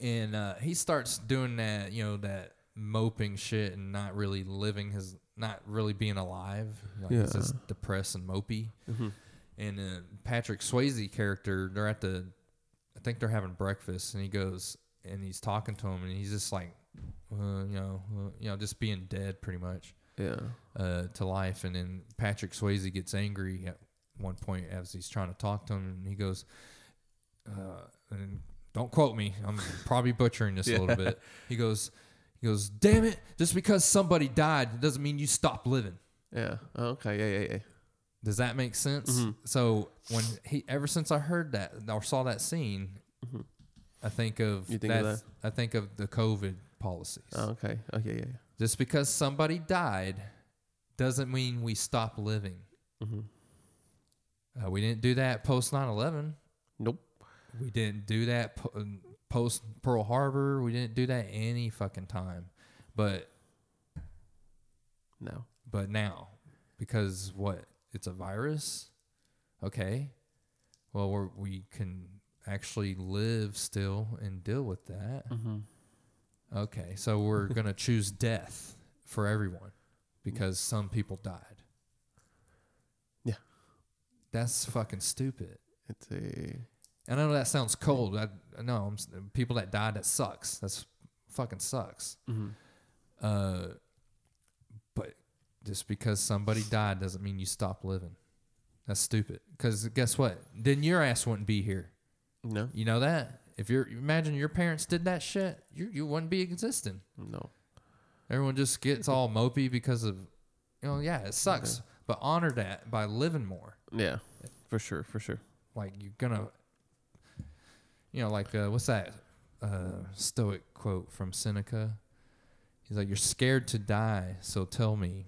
[SPEAKER 1] and uh, he starts doing that, you know, that moping shit and not really living his, not really being alive. Like he's
[SPEAKER 2] Yeah.
[SPEAKER 1] just depressed and mopey. And uh, Patrick Swayze character, they're at the, I think they're having breakfast, and he goes and he's talking to him, and he's just like, uh, you know, uh, you know, just being dead pretty much
[SPEAKER 2] yeah.
[SPEAKER 1] uh, to life. And then Patrick Swayze gets angry at one point as he's trying to talk to him, and he goes, uh, and "Don't quote me. I'm probably butchering this a little bit." He goes, "He goes, damn it! Just because somebody died doesn't mean you stop living."
[SPEAKER 2] Yeah. Oh, okay. Yeah. Yeah. Yeah.
[SPEAKER 1] Does that make sense?
[SPEAKER 2] Mm-hmm.
[SPEAKER 1] So when he, ever since I heard that or saw that scene, I think of
[SPEAKER 2] Mm-hmm. You think of
[SPEAKER 1] that's- I think of the COVID policies.
[SPEAKER 2] Oh, okay. Oh, yeah. Yeah. yeah.
[SPEAKER 1] Just because somebody died doesn't mean we stop living. Uh, we didn't do that post 9 11.
[SPEAKER 2] Nope.
[SPEAKER 1] We didn't do that po- um, post Pearl Harbor. We didn't do that any fucking time. But
[SPEAKER 2] No.
[SPEAKER 1] but now, because what? It's a virus? Okay. Well, we're, we can actually live still and deal with that. Okay. So we're going to choose death for everyone because some people died.
[SPEAKER 2] Yeah.
[SPEAKER 1] That's fucking stupid.
[SPEAKER 2] It's a
[SPEAKER 1] And I know that sounds cold. I, I know I'm, s- people that died. That sucks. That's fucking sucks. Uh, but just because somebody died doesn't mean you stop living. That's stupid. Because guess what? Then your ass wouldn't be here.
[SPEAKER 2] no,
[SPEAKER 1] You know that? If you're imagine your parents did that shit, you you wouldn't be existing.
[SPEAKER 2] no.
[SPEAKER 1] Everyone just gets all mopey because of, you know, yeah, it sucks. But honor that by living more.
[SPEAKER 2] Yeah, for sure, for sure.
[SPEAKER 1] Like you're gonna, you know, like uh, what's that uh, Stoic quote from Seneca? He's like, "You're scared to die, so tell me,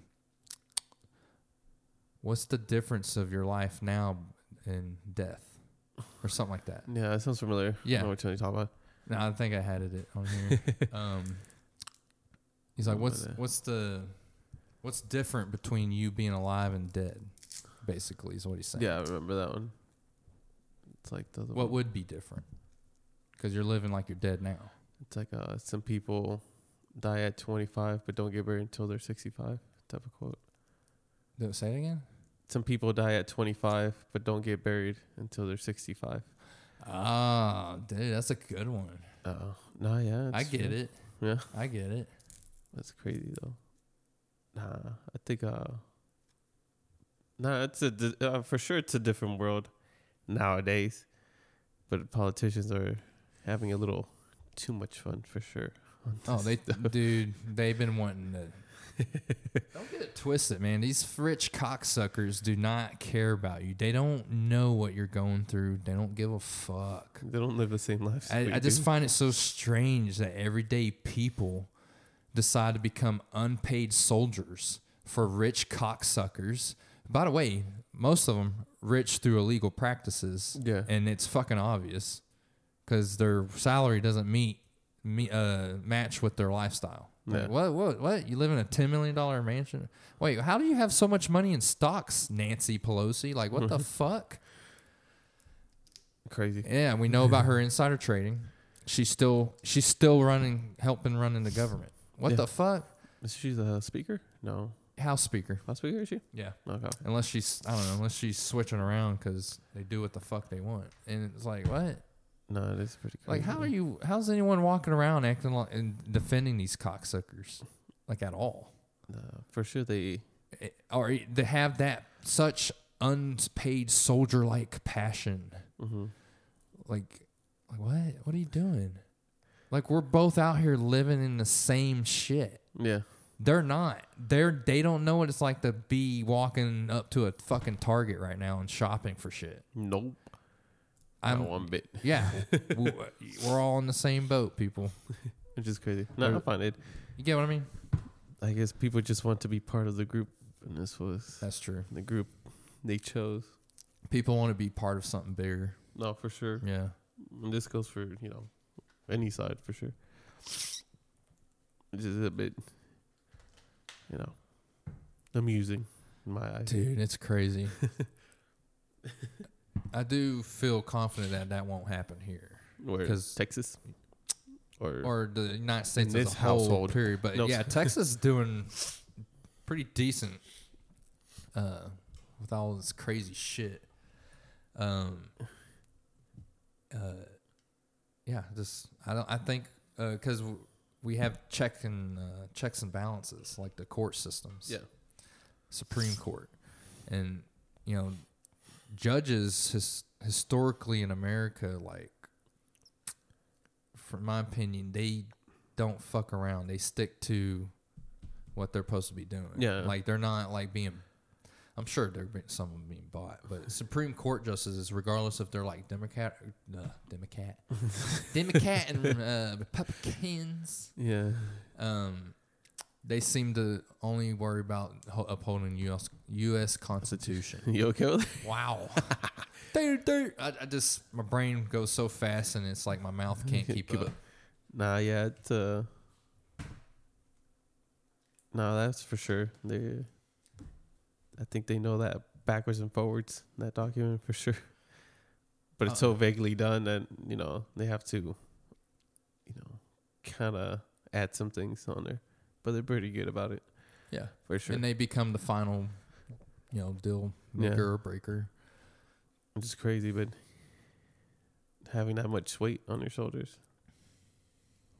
[SPEAKER 1] what's the difference of your life now and death, or something like that."
[SPEAKER 2] Yeah, that sounds familiar.
[SPEAKER 1] Yeah.
[SPEAKER 2] I know what you're talking about.
[SPEAKER 1] No, I think I had it on here. um, he's like, what's
[SPEAKER 2] But, uh,
[SPEAKER 1] what's the what's different between you being alive and dead? Basically, is what he's saying.
[SPEAKER 2] Yeah, I remember that one. It's like the other
[SPEAKER 1] What
[SPEAKER 2] one.
[SPEAKER 1] would be different? Because you're living like you're dead now.
[SPEAKER 2] It's like uh, some people die at 25 but don't get buried until they're 65. Type of quote.
[SPEAKER 1] Did it say it again?
[SPEAKER 2] Some people die at 25 but don't get buried until they're 65.
[SPEAKER 1] Ah, dude, that's a good one.
[SPEAKER 2] Oh, no, yeah,
[SPEAKER 1] I
[SPEAKER 2] it's
[SPEAKER 1] get
[SPEAKER 2] true.
[SPEAKER 1] it.
[SPEAKER 2] Yeah.
[SPEAKER 1] I get it.
[SPEAKER 2] That's crazy though. Nah, I think uh, nah, it's a di- uh, for sure it's a different world nowadays, but politicians are having a little too much fun for sure. on
[SPEAKER 1] Oh,
[SPEAKER 2] this
[SPEAKER 1] they,
[SPEAKER 2] stuff.
[SPEAKER 1] dude, they've been wanting to. don't get it twisted, man. These rich cocksuckers do not care about you. They don't know what you're going through. They don't give a fuck.
[SPEAKER 2] they don't live the same life.
[SPEAKER 1] I, I just find it so strange that everyday people decide to become unpaid soldiers for rich cocksuckers. By the way, most of them rich through illegal practices.
[SPEAKER 2] Yeah.
[SPEAKER 1] and it's fucking obvious because their salary doesn't meet me uh, match with their lifestyle. Like,
[SPEAKER 2] Yeah.
[SPEAKER 1] what? What? What? You live in a ten million dollar mansion? Wait, how do you have so much money in stocks, Nancy Pelosi? Like, what the fuck?
[SPEAKER 2] crazy.
[SPEAKER 1] Yeah, we know about her insider trading. She's still she's still running, helping running the government. What
[SPEAKER 2] Yeah.
[SPEAKER 1] the fuck?
[SPEAKER 2] Is she the speaker? No,
[SPEAKER 1] House Speaker.
[SPEAKER 2] House speaker is she?
[SPEAKER 1] Yeah.
[SPEAKER 2] Okay.
[SPEAKER 1] Unless she's I don't know. Unless she's switching around because they do what the fuck they want, and it's like what?
[SPEAKER 2] No, it is pretty. Crazy.
[SPEAKER 1] Like how are you? How's anyone walking around acting like and defending these cocksuckers, like at all?
[SPEAKER 2] No, for sure they.
[SPEAKER 1] Eh, Or they have that such unpaid soldier like passion.
[SPEAKER 2] hmm
[SPEAKER 1] like like what what are you doing like we're both out here living in the same shit
[SPEAKER 2] Yeah.
[SPEAKER 1] they're not they're they don't know what it's like to be walking up to a fucking target right now and shopping for shit
[SPEAKER 2] Nope.
[SPEAKER 1] i'm
[SPEAKER 2] not one bit.
[SPEAKER 1] yeah W- we're all in the same boat people
[SPEAKER 2] Which is crazy. No, I
[SPEAKER 1] Or-
[SPEAKER 2] find it.
[SPEAKER 1] you get what i mean
[SPEAKER 2] I guess people just want to be part of the group, and this was
[SPEAKER 1] that's true
[SPEAKER 2] the group they chose.
[SPEAKER 1] people want to be part of something bigger
[SPEAKER 2] No, for sure.
[SPEAKER 1] yeah
[SPEAKER 2] And this goes for you know any side for sure. Which is a bit, you know, amusing in my eyes.
[SPEAKER 1] dude it's crazy i do feel confident that that won't happen here
[SPEAKER 2] Where
[SPEAKER 1] 'cause-
[SPEAKER 2] Texas or,
[SPEAKER 1] or the United States
[SPEAKER 2] In
[SPEAKER 1] as
[SPEAKER 2] this
[SPEAKER 1] a whole
[SPEAKER 2] household.
[SPEAKER 1] period. But
[SPEAKER 2] No.
[SPEAKER 1] yeah, Texas is doing pretty decent uh, with all this crazy shit. Um, uh, yeah, just I don't. I think because we have check and uh, checks and balances like the court systems.
[SPEAKER 2] yeah,
[SPEAKER 1] Supreme Court, and you know, judges his, historically in America, like, from my opinion, they don't fuck around. They stick to what they're supposed to be doing.
[SPEAKER 2] Yeah.
[SPEAKER 1] like they're not like being. I'm sure there been some of them being bought, but Supreme Court justices, regardless if they're like Democrat, uh, Democrat, Democrat and uh, Republicans,
[SPEAKER 2] yeah,
[SPEAKER 1] um, they seem to only worry about ho- upholding U.S. U.S. Constitution.
[SPEAKER 2] you okay? With that?
[SPEAKER 1] wow, dude, dude, I, I just my brain goes so fast, and it's like my mouth can't keep, up.
[SPEAKER 2] Nah, yeah, it's uh, no, that's for sure. They, I think they know that backwards and forwards that document for sure. But it's so vaguely done that you know they have to, you know, kind of add some things on there. But they're pretty good about it
[SPEAKER 1] Yeah,
[SPEAKER 2] for sure.
[SPEAKER 1] and they become the final, you know, deal
[SPEAKER 2] Yeah.
[SPEAKER 1] maker or breaker.
[SPEAKER 2] Which is crazy, but having that much weight on your shoulders,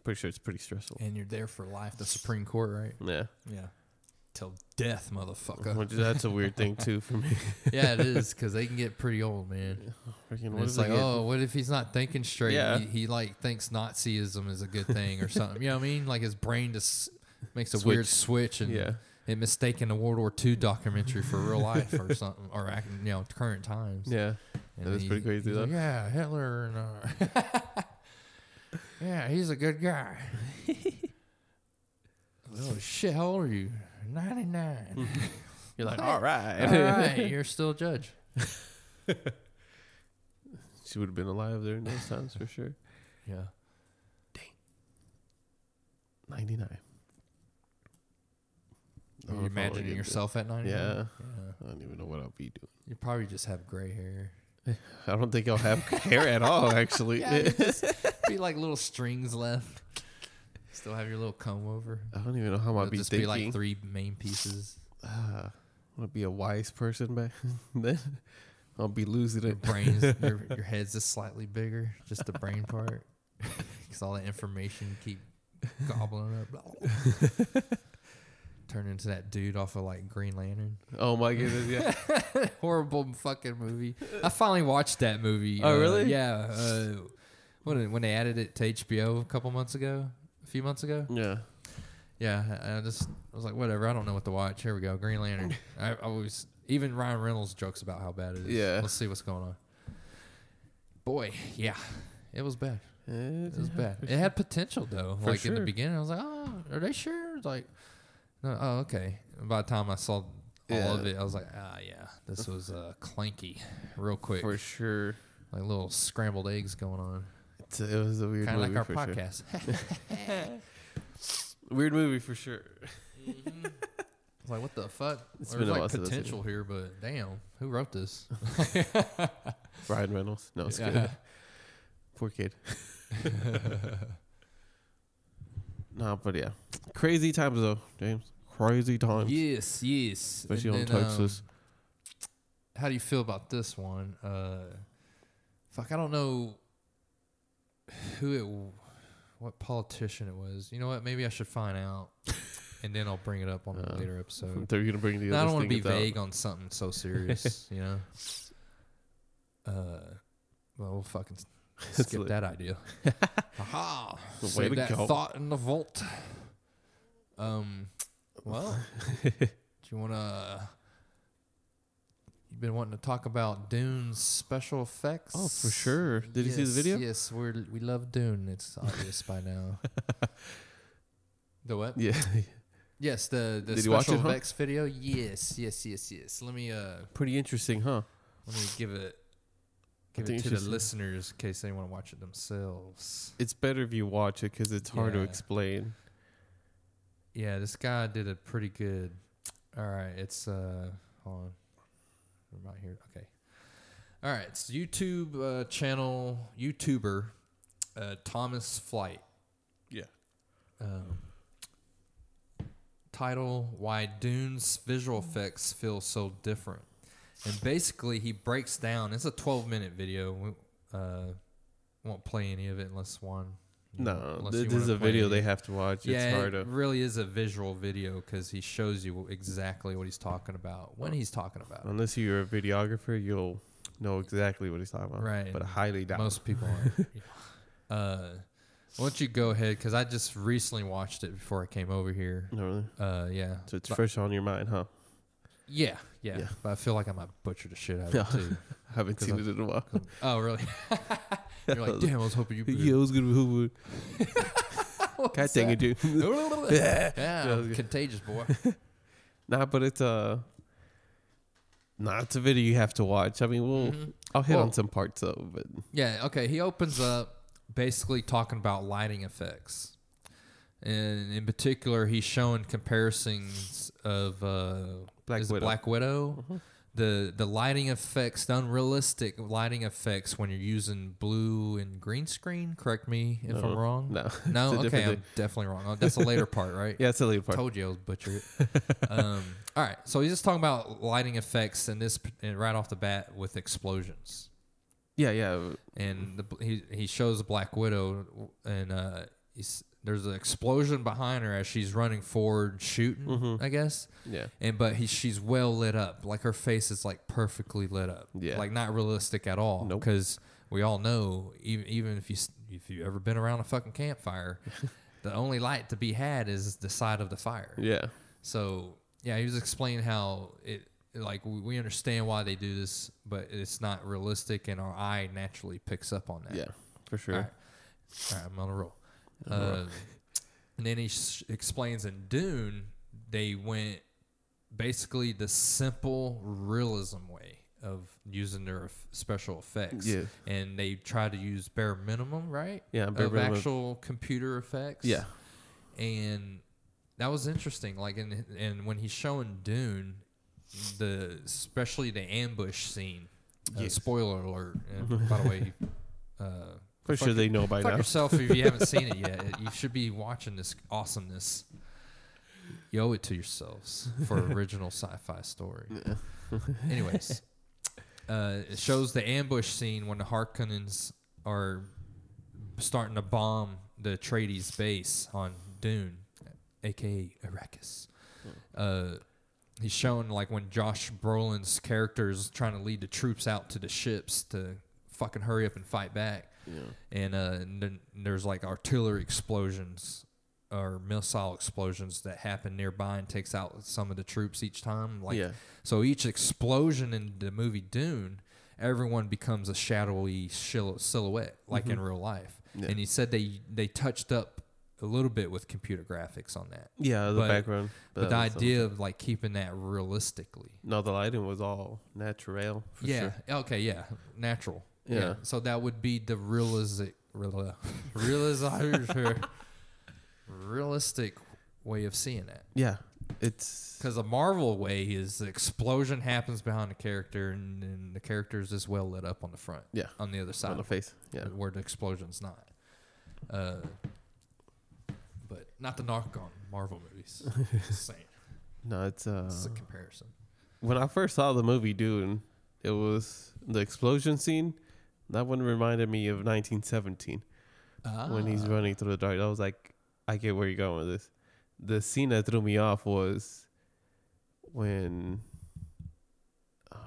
[SPEAKER 2] pretty sure it's pretty stressful.
[SPEAKER 1] and you're there for life. The Supreme Court, right?
[SPEAKER 2] Yeah,
[SPEAKER 1] Yeah, till death, motherfucker.
[SPEAKER 2] which that's a weird thing too for me.
[SPEAKER 1] yeah, it is because they can get pretty old, man.
[SPEAKER 2] Freaking,
[SPEAKER 1] And
[SPEAKER 2] what
[SPEAKER 1] it's
[SPEAKER 2] if I
[SPEAKER 1] like,
[SPEAKER 2] get-
[SPEAKER 1] oh, what if he's not thinking straight?
[SPEAKER 2] Yeah.
[SPEAKER 1] He, he like thinks Nazism is a good thing or something. you know what I mean? Like his brain just makes a weird switch and
[SPEAKER 2] yeah,
[SPEAKER 1] it mistaken a World War II documentary for real life or something or ac- you know current times.
[SPEAKER 2] yeah.
[SPEAKER 1] And
[SPEAKER 2] that is
[SPEAKER 1] he-
[SPEAKER 2] pretty crazy,
[SPEAKER 1] he's like,
[SPEAKER 2] though.
[SPEAKER 1] yeah, Hitler and uh, yeah, he's a good guy. oh shit, how old are you? Ninety nine.
[SPEAKER 2] You're like, all right.
[SPEAKER 1] All right, you're still a judge.
[SPEAKER 2] she would have been alive during those times for sure.
[SPEAKER 1] Yeah.
[SPEAKER 2] Ninety nine. I
[SPEAKER 1] Are you
[SPEAKER 2] don't know if I'll ever
[SPEAKER 1] imagining
[SPEAKER 2] get
[SPEAKER 1] yourself at ninety nine?
[SPEAKER 2] Yeah.
[SPEAKER 1] Yeah.
[SPEAKER 2] there. I don't even know what I'll be doing.
[SPEAKER 1] You probably just have gray hair.
[SPEAKER 2] I don't think I'll have hair at all. Actually,
[SPEAKER 1] be like little strings left. Still have your little comb over.
[SPEAKER 2] I don't even know how I'll
[SPEAKER 1] It'll
[SPEAKER 2] be
[SPEAKER 1] just
[SPEAKER 2] thinking.
[SPEAKER 1] be like three main pieces.
[SPEAKER 2] Ah, I want to be a wise person back then. I'll be losing
[SPEAKER 1] Your
[SPEAKER 2] it.
[SPEAKER 1] brains, your, your head's just slightly bigger, just the brain part, because all that information you keep gobbling up. Turn into that dude off of like Green Lantern.
[SPEAKER 2] Oh my goodness! Yeah,
[SPEAKER 1] Horrible fucking movie. I finally watched that movie.
[SPEAKER 2] Oh,
[SPEAKER 1] uh,
[SPEAKER 2] really?
[SPEAKER 1] Yeah. Uh, when when they added it to HBO a couple months ago, a few months ago.
[SPEAKER 2] yeah.
[SPEAKER 1] Yeah, I I just I was like, whatever. I don't know what to watch. Here we go, Green Lantern. I I always even Ryan Reynolds jokes about how bad it is.
[SPEAKER 2] Yeah.
[SPEAKER 1] let's see what's going on. Boy, yeah, it was bad. It was bad. It had potential though.
[SPEAKER 2] For
[SPEAKER 1] like in
[SPEAKER 2] sure.
[SPEAKER 1] the beginning, I was like, oh, are they sure? It's Like, no, oh, okay. And by the time I saw all
[SPEAKER 2] Yeah.
[SPEAKER 1] of it, I was like, ah, yeah, this was uh, clanky, real quick,
[SPEAKER 2] for sure.
[SPEAKER 1] like little scrambled eggs going on,
[SPEAKER 2] It's a- it was a weird
[SPEAKER 1] kind of
[SPEAKER 2] movie
[SPEAKER 1] like our
[SPEAKER 2] for sure.
[SPEAKER 1] podcast.
[SPEAKER 2] Weird movie for sure.
[SPEAKER 1] It's like, what the fuck?
[SPEAKER 2] It's
[SPEAKER 1] There's
[SPEAKER 2] been a while
[SPEAKER 1] like
[SPEAKER 2] since I've seen
[SPEAKER 1] potential here, but damn, who wrote this?
[SPEAKER 2] Ryan Reynolds. No, it's
[SPEAKER 1] Yeah.
[SPEAKER 2] good. Poor kid. nah, but yeah, crazy times though, James. Crazy times,
[SPEAKER 1] yes, yes.
[SPEAKER 2] especially
[SPEAKER 1] And then,
[SPEAKER 2] on
[SPEAKER 1] um,
[SPEAKER 2] Texas.
[SPEAKER 1] how do you feel about this one? Uh, fuck, I don't know who it, w- what politician it was. You know what? Maybe I should find out, and then I'll bring it up on
[SPEAKER 2] Uh,
[SPEAKER 1] a later episode.
[SPEAKER 2] They're gonna bring the.
[SPEAKER 1] No, I
[SPEAKER 2] other
[SPEAKER 1] don't want to be
[SPEAKER 2] thing out.
[SPEAKER 1] vague on something so serious, you know. Uh, well, we'll fucking s-
[SPEAKER 2] It's
[SPEAKER 1] skip
[SPEAKER 2] like-
[SPEAKER 1] that idea. Aha!
[SPEAKER 2] The way
[SPEAKER 1] Save
[SPEAKER 2] to
[SPEAKER 1] that
[SPEAKER 2] go.
[SPEAKER 1] thought in the vault. Um, well, do you want to? You've been wanting to talk about Dune's special effects.
[SPEAKER 2] Oh, for sure. Did you see the
[SPEAKER 1] Yes,
[SPEAKER 2] video?
[SPEAKER 1] Yes, we are we love Dune. It's obvious by now. The what?
[SPEAKER 2] Yeah,
[SPEAKER 1] Yes, the the
[SPEAKER 2] Did you watch
[SPEAKER 1] special
[SPEAKER 2] it, huh?
[SPEAKER 1] effects video. Yes, yes, yes, yes. Let me uh
[SPEAKER 2] pretty interesting, huh?
[SPEAKER 1] let me give it give
[SPEAKER 2] think
[SPEAKER 1] it
[SPEAKER 2] you
[SPEAKER 1] to the
[SPEAKER 2] should-
[SPEAKER 1] listeners in case they want to watch it themselves.
[SPEAKER 2] It's better if you watch it because it's hard to
[SPEAKER 1] Yeah.
[SPEAKER 2] explain.
[SPEAKER 1] Yeah, this guy did a pretty good. All right, it's uh, hold on, I'm not here. Okay, all right, it's YouTube uh, channel YouTuber uh, Thomas Flight.
[SPEAKER 2] Yeah.
[SPEAKER 1] Um, title: Why Dune's visual effects feel so different, and basically he breaks down. It's a 12 minute video. We uh, won't play any of it unless one.
[SPEAKER 2] No,
[SPEAKER 1] unless you
[SPEAKER 2] this
[SPEAKER 1] wanna
[SPEAKER 2] is a
[SPEAKER 1] play
[SPEAKER 2] video
[SPEAKER 1] any.
[SPEAKER 2] they have to watch.
[SPEAKER 1] Yeah,
[SPEAKER 2] it's hard
[SPEAKER 1] it
[SPEAKER 2] to.
[SPEAKER 1] really is a visual video because he shows you exactly what he's talking about when he's talking about it.
[SPEAKER 2] Unless you're a videographer, you'll know exactly what he's talking about.
[SPEAKER 1] Right.
[SPEAKER 2] But I highly doubt.
[SPEAKER 1] Most people aren't. uh, why don't you go ahead? Because I just recently watched it before I came over here.
[SPEAKER 2] No, really.
[SPEAKER 1] Uh, yeah.
[SPEAKER 2] So it's
[SPEAKER 1] But-
[SPEAKER 2] fresh on your mind, huh?
[SPEAKER 1] yeah, yeah,
[SPEAKER 2] Yeah.
[SPEAKER 1] But I feel like I might butcher the shit out of it too.
[SPEAKER 2] I haven't
[SPEAKER 1] 'Cause
[SPEAKER 2] seen
[SPEAKER 1] I-
[SPEAKER 2] it in a while.
[SPEAKER 1] Oh, really? You're like, damn, I was hoping you.
[SPEAKER 2] Yeah, it was good. Who would? God dang it, dude.
[SPEAKER 1] yeah, I'm
[SPEAKER 2] good.
[SPEAKER 1] contagious boy.
[SPEAKER 2] nah, but it's uh, nah, it's a video you have to watch. I mean, we'll
[SPEAKER 1] Mhm.
[SPEAKER 2] I'll hit on
[SPEAKER 1] Well-
[SPEAKER 2] some parts though, but
[SPEAKER 1] Yeah, okay. He opens up basically talking about lighting effects. And in particular, he's showing comparisons of uh,
[SPEAKER 2] Black
[SPEAKER 1] is it
[SPEAKER 2] Widow. Mm-hmm.
[SPEAKER 1] Black Widow the the lighting effects, the unrealistic lighting effects when you're using blue and green screen. Correct me if I'm
[SPEAKER 2] No,
[SPEAKER 1] wrong.
[SPEAKER 2] no.
[SPEAKER 1] no,
[SPEAKER 2] It's a
[SPEAKER 1] okay,
[SPEAKER 2] different
[SPEAKER 1] I'm
[SPEAKER 2] thing.
[SPEAKER 1] definitely wrong. Oh, That's the later part, right?
[SPEAKER 2] Yeah, it's a lead part.
[SPEAKER 1] Told you I was butchered. um, all right, so he's just talking about lighting effects and this and right off the bat with explosions
[SPEAKER 2] Yeah, yeah. Mm-hmm.
[SPEAKER 1] and the, bl- he he shows Black Widow, and uh, he's, there's an explosion behind her as she's running forward, shooting.
[SPEAKER 2] Mm-hmm.
[SPEAKER 1] I guess.
[SPEAKER 2] Yeah.
[SPEAKER 1] And but he she's well lit up, like her face is like perfectly lit up.
[SPEAKER 2] Yeah.
[SPEAKER 1] Like not realistic at all.
[SPEAKER 2] Nope.
[SPEAKER 1] Because we all know, even even if you s- if you ever been around a fucking campfire, the only light to be had is the side of the fire.
[SPEAKER 2] Yeah.
[SPEAKER 1] So yeah, he was explaining how it like we- we understand why they do this, but it's not realistic, and our eye naturally picks up on that.
[SPEAKER 2] Yeah. For sure.
[SPEAKER 1] All right. All right, I'm on a roll. Uh, and then he sh- explains in Dune, they went basically the simple realism way of using their f- special effects.
[SPEAKER 2] Yeah.
[SPEAKER 1] And they tried to use bare minimum, right?
[SPEAKER 2] Yeah, bare
[SPEAKER 1] of
[SPEAKER 2] minimum.
[SPEAKER 1] actual computer effects
[SPEAKER 2] Yeah.
[SPEAKER 1] and that was interesting. Like, and and when he's showing Dune, the especially the ambush scene. uh,
[SPEAKER 2] Yes.
[SPEAKER 1] Spoiler alert! And by the way, uh,
[SPEAKER 2] For
[SPEAKER 1] fuck
[SPEAKER 2] sure they know by
[SPEAKER 1] fuck
[SPEAKER 2] now.
[SPEAKER 1] yourself if you haven't seen it yet. You should be watching this awesomeness. You owe it to yourselves for original sci-fi story. Anyways, uh, it shows the ambush scene when the Harkonnens are starting to bomb the Atreides base on Dune, aka Arrakis. Uh, he's showing like when Josh Brolin's character is trying to lead the troops out to the ships to fucking hurry up and fight back. And, uh, and then there's like artillery explosions or missile explosions that happen nearby and takes out some of the troops each time. Like
[SPEAKER 2] Yeah.
[SPEAKER 1] so each explosion in the movie Dune, everyone becomes a shadowy shil- silhouette like in real life.
[SPEAKER 2] Mm-hmm. Yeah.
[SPEAKER 1] And he said they they touched up a little bit with computer graphics on that.
[SPEAKER 2] Yeah, the
[SPEAKER 1] But-
[SPEAKER 2] background.
[SPEAKER 1] But the
[SPEAKER 2] that was-
[SPEAKER 1] idea of like keeping that realistically.
[SPEAKER 2] No, the lighting was all natural. For
[SPEAKER 1] yeah.
[SPEAKER 2] Sure.
[SPEAKER 1] Okay. Yeah. Natural.
[SPEAKER 2] Yeah.
[SPEAKER 1] So that would be the realistic, real, realistic, realistic way of seeing it.
[SPEAKER 2] Yeah. It's
[SPEAKER 1] Because the Marvel way is the explosion happens behind the character, and, then the character is just well lit up on the front.
[SPEAKER 2] Yeah.
[SPEAKER 1] On the other side.
[SPEAKER 2] on the face. Yeah.
[SPEAKER 1] Where the explosion's not. Uh, but not the knock on Marvel movies. Just saying.
[SPEAKER 2] No, it's uh
[SPEAKER 1] It's a comparison.
[SPEAKER 2] when I first saw the movie Dune, it was the explosion scene. That one reminded me of 1917 when
[SPEAKER 1] Ah.
[SPEAKER 2] he's running through the dark. I was like, I get where you're going with this. The scene that threw me off was when ah,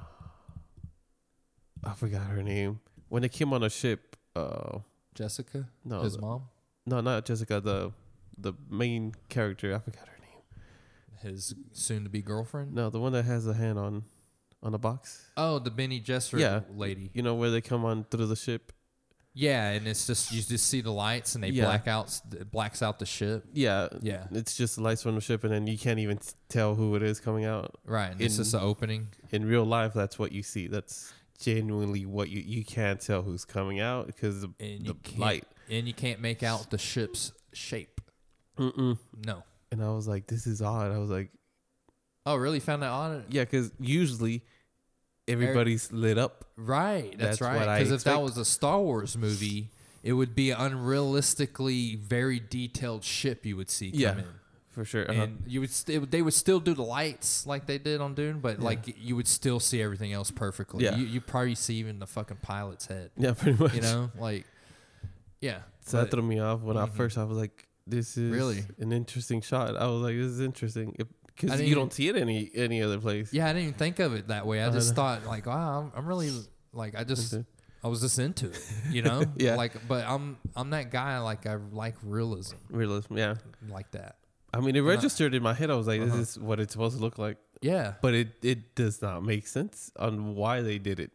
[SPEAKER 2] I forgot her name. When they came on a ship. Uh,
[SPEAKER 1] Jessica,
[SPEAKER 2] no,
[SPEAKER 1] his
[SPEAKER 2] the-
[SPEAKER 1] mom,
[SPEAKER 2] no, not Jessica. The the main character. I forgot her name.
[SPEAKER 1] his soon to be girlfriend.
[SPEAKER 2] No, the one that has a hand on on a box.
[SPEAKER 1] Oh, the Benny Gesserit
[SPEAKER 2] Yeah.
[SPEAKER 1] lady.
[SPEAKER 2] You know where they come on through the ship.
[SPEAKER 1] Yeah, and it's just you just see the lights and they
[SPEAKER 2] Yeah.
[SPEAKER 1] black out blacks out the ship.
[SPEAKER 2] Yeah.
[SPEAKER 1] Yeah.
[SPEAKER 2] It's just the lights from the ship, and then you can't even t- tell who it is coming out.
[SPEAKER 1] Right. And it's
[SPEAKER 2] In-
[SPEAKER 1] just the opening.
[SPEAKER 2] In real life, that's what you see. That's genuinely what you you can't tell who's coming out because the,
[SPEAKER 1] and
[SPEAKER 2] the
[SPEAKER 1] you can't,
[SPEAKER 2] light.
[SPEAKER 1] and you can't make out the ship's shape.
[SPEAKER 2] Mm-mm.
[SPEAKER 1] No.
[SPEAKER 2] And I was like, this is odd. I was like,
[SPEAKER 1] Oh, really? Found that odd?
[SPEAKER 2] yeah, because usually everybody's lit up.
[SPEAKER 1] Right. That's,
[SPEAKER 2] That's
[SPEAKER 1] right.
[SPEAKER 2] what I
[SPEAKER 1] Because if that
[SPEAKER 2] expect.
[SPEAKER 1] was a Star Wars movie, it would be an unrealistically very detailed ship you would see come
[SPEAKER 2] Yeah.
[SPEAKER 1] in.
[SPEAKER 2] For sure. Uh-huh.
[SPEAKER 1] And you would st- they would still do the lights like they did on Dune, but like you would still see everything else perfectly.
[SPEAKER 2] Yeah.
[SPEAKER 1] You you probably see even the fucking pilot's head.
[SPEAKER 2] yeah, pretty much.
[SPEAKER 1] You know, like yeah.
[SPEAKER 2] So that
[SPEAKER 1] But- Mm-hmm.
[SPEAKER 2] threw me off when I first I was like, this is
[SPEAKER 1] Really?
[SPEAKER 2] an interesting shot. I was like, this is interesting
[SPEAKER 1] I
[SPEAKER 2] because
[SPEAKER 1] didn't
[SPEAKER 2] you
[SPEAKER 1] even-
[SPEAKER 2] don't see it any any other place.
[SPEAKER 1] Yeah, I didn't even think of it that way. I just thought like, wow, I'm, I'm really like I just
[SPEAKER 2] Into-
[SPEAKER 1] I was just into it, you know?
[SPEAKER 2] Yeah.
[SPEAKER 1] Like but I'm I'm that guy like I like realism
[SPEAKER 2] Realism. Yeah.
[SPEAKER 1] like that.
[SPEAKER 2] I mean, it
[SPEAKER 1] Uh-huh.
[SPEAKER 2] registered in my head. I was like, this is what it's supposed to look like.
[SPEAKER 1] Yeah.
[SPEAKER 2] But it, it does not make sense on why they did it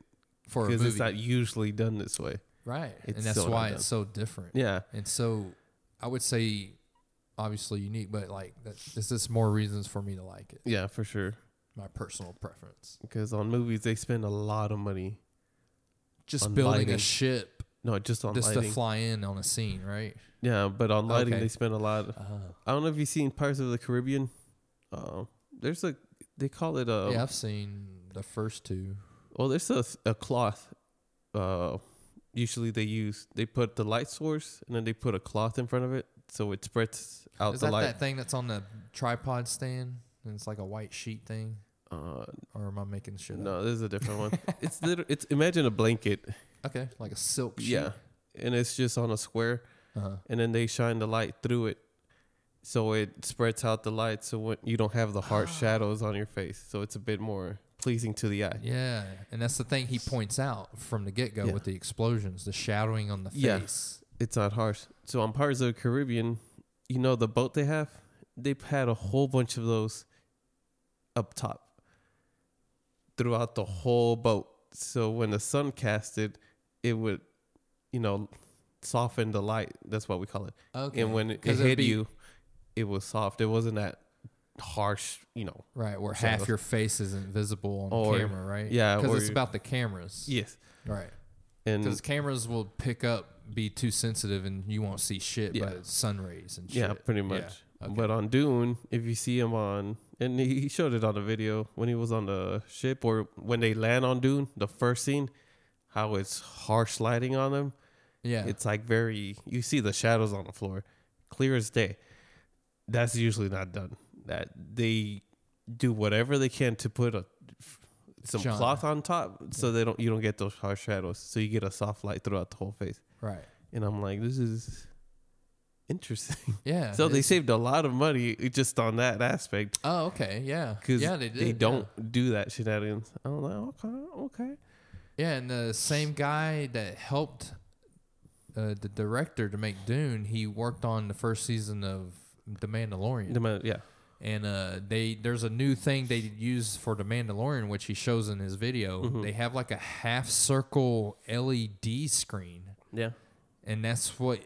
[SPEAKER 1] For a
[SPEAKER 2] because
[SPEAKER 1] movie.
[SPEAKER 2] it's not usually done this way.
[SPEAKER 1] right. And
[SPEAKER 2] it's
[SPEAKER 1] that's
[SPEAKER 2] so
[SPEAKER 1] why
[SPEAKER 2] undone.
[SPEAKER 1] it's so different.
[SPEAKER 2] Yeah.
[SPEAKER 1] And so I would say obviously unique, but like that it's just more reasons for me to like it.
[SPEAKER 2] Yeah, for sure.
[SPEAKER 1] My personal preference.
[SPEAKER 2] Because on movies, they spend a lot of money.
[SPEAKER 1] Just
[SPEAKER 2] On
[SPEAKER 1] building a
[SPEAKER 2] lighting.
[SPEAKER 1] ship
[SPEAKER 2] No, just on
[SPEAKER 1] just
[SPEAKER 2] lighting.
[SPEAKER 1] to fly in on a scene, right?
[SPEAKER 2] yeah, but on lighting,
[SPEAKER 1] Okay. Uh-huh.
[SPEAKER 2] they spend a lot. I don't know if you've seen Pirates of the Caribbean. Uh, there's a, they call it a,
[SPEAKER 1] yeah, I've seen the first two.
[SPEAKER 2] Well, there's a, a cloth. Uh, usually they use they put the light source and then they put a cloth in front of it so it spreads out
[SPEAKER 1] Is
[SPEAKER 2] the
[SPEAKER 1] that
[SPEAKER 2] light.
[SPEAKER 1] that thing that's on the tripod stand? And it's like a white sheet thing,
[SPEAKER 2] Uh,
[SPEAKER 1] or am I making shit up?
[SPEAKER 2] no, this is a different one. it's liter- it's imagine a blanket.
[SPEAKER 1] Okay, like a silk sheet.
[SPEAKER 2] Yeah, and it's just on a square,
[SPEAKER 1] Uh-huh.
[SPEAKER 2] and then they shine the light through it, so it spreads out the light. So when you don't have the harsh shadows on your face, so it's a bit more pleasing to the eye.
[SPEAKER 1] Yeah, and that's the thing he points out from the get go
[SPEAKER 2] Yeah.
[SPEAKER 1] with the explosions, the shadowing on the
[SPEAKER 2] Yeah.
[SPEAKER 1] face.
[SPEAKER 2] It's not harsh. So on Pirates of the Caribbean, you know the boat they have, they've had a whole bunch of those up top throughout the whole boat. So when the sun cast it, it would, you know, soften the light. That's what we call it.
[SPEAKER 1] Okay,
[SPEAKER 2] And when it
[SPEAKER 1] 'cause it'd
[SPEAKER 2] hit
[SPEAKER 1] be-
[SPEAKER 2] you, it was soft. It wasn't that harsh, you know.
[SPEAKER 1] right, where
[SPEAKER 2] So-
[SPEAKER 1] half your face isn't visible on
[SPEAKER 2] Or-
[SPEAKER 1] camera, right?
[SPEAKER 2] yeah,
[SPEAKER 1] because it's
[SPEAKER 2] or- Mm.
[SPEAKER 1] about the cameras,
[SPEAKER 2] Yes.
[SPEAKER 1] right? Because
[SPEAKER 2] And
[SPEAKER 1] cameras will pick up, be too sensitive, and you won't see shit
[SPEAKER 2] Yeah.
[SPEAKER 1] but sun rays and shit.
[SPEAKER 2] Yeah, pretty
[SPEAKER 1] Yeah,
[SPEAKER 2] much.
[SPEAKER 1] okay.
[SPEAKER 2] But on Dune, if you see him on, and he he showed it on the video when he was on the ship or when they land on Dune, the first scene, how it's harsh lighting on them.
[SPEAKER 1] yeah,
[SPEAKER 2] It's like very, you see the shadows on the floor, clear as day. That's usually not done. That they do whatever they can to put a some
[SPEAKER 1] Genre.
[SPEAKER 2] cloth on top so they don't you don't get those harsh shadows. So you get a soft light throughout the whole face.
[SPEAKER 1] right.
[SPEAKER 2] And I'm like, this is interesting.
[SPEAKER 1] Yeah.
[SPEAKER 2] So they
[SPEAKER 1] it's-
[SPEAKER 2] saved a lot of money just on that aspect
[SPEAKER 1] Oh, okay. Yeah.
[SPEAKER 2] because
[SPEAKER 1] Yeah, they did. yeah.
[SPEAKER 2] don't do that shenanigans. I'm like, okay, okay.
[SPEAKER 1] Yeah, and the same guy that helped uh, the director to make Dune, he worked on the first season of The Mandalorian.
[SPEAKER 2] The man- yeah,
[SPEAKER 1] and uh, they there's a new thing they use for The Mandalorian, which he shows in his video. They have like a half circle LED screen,
[SPEAKER 2] yeah.
[SPEAKER 1] and that's what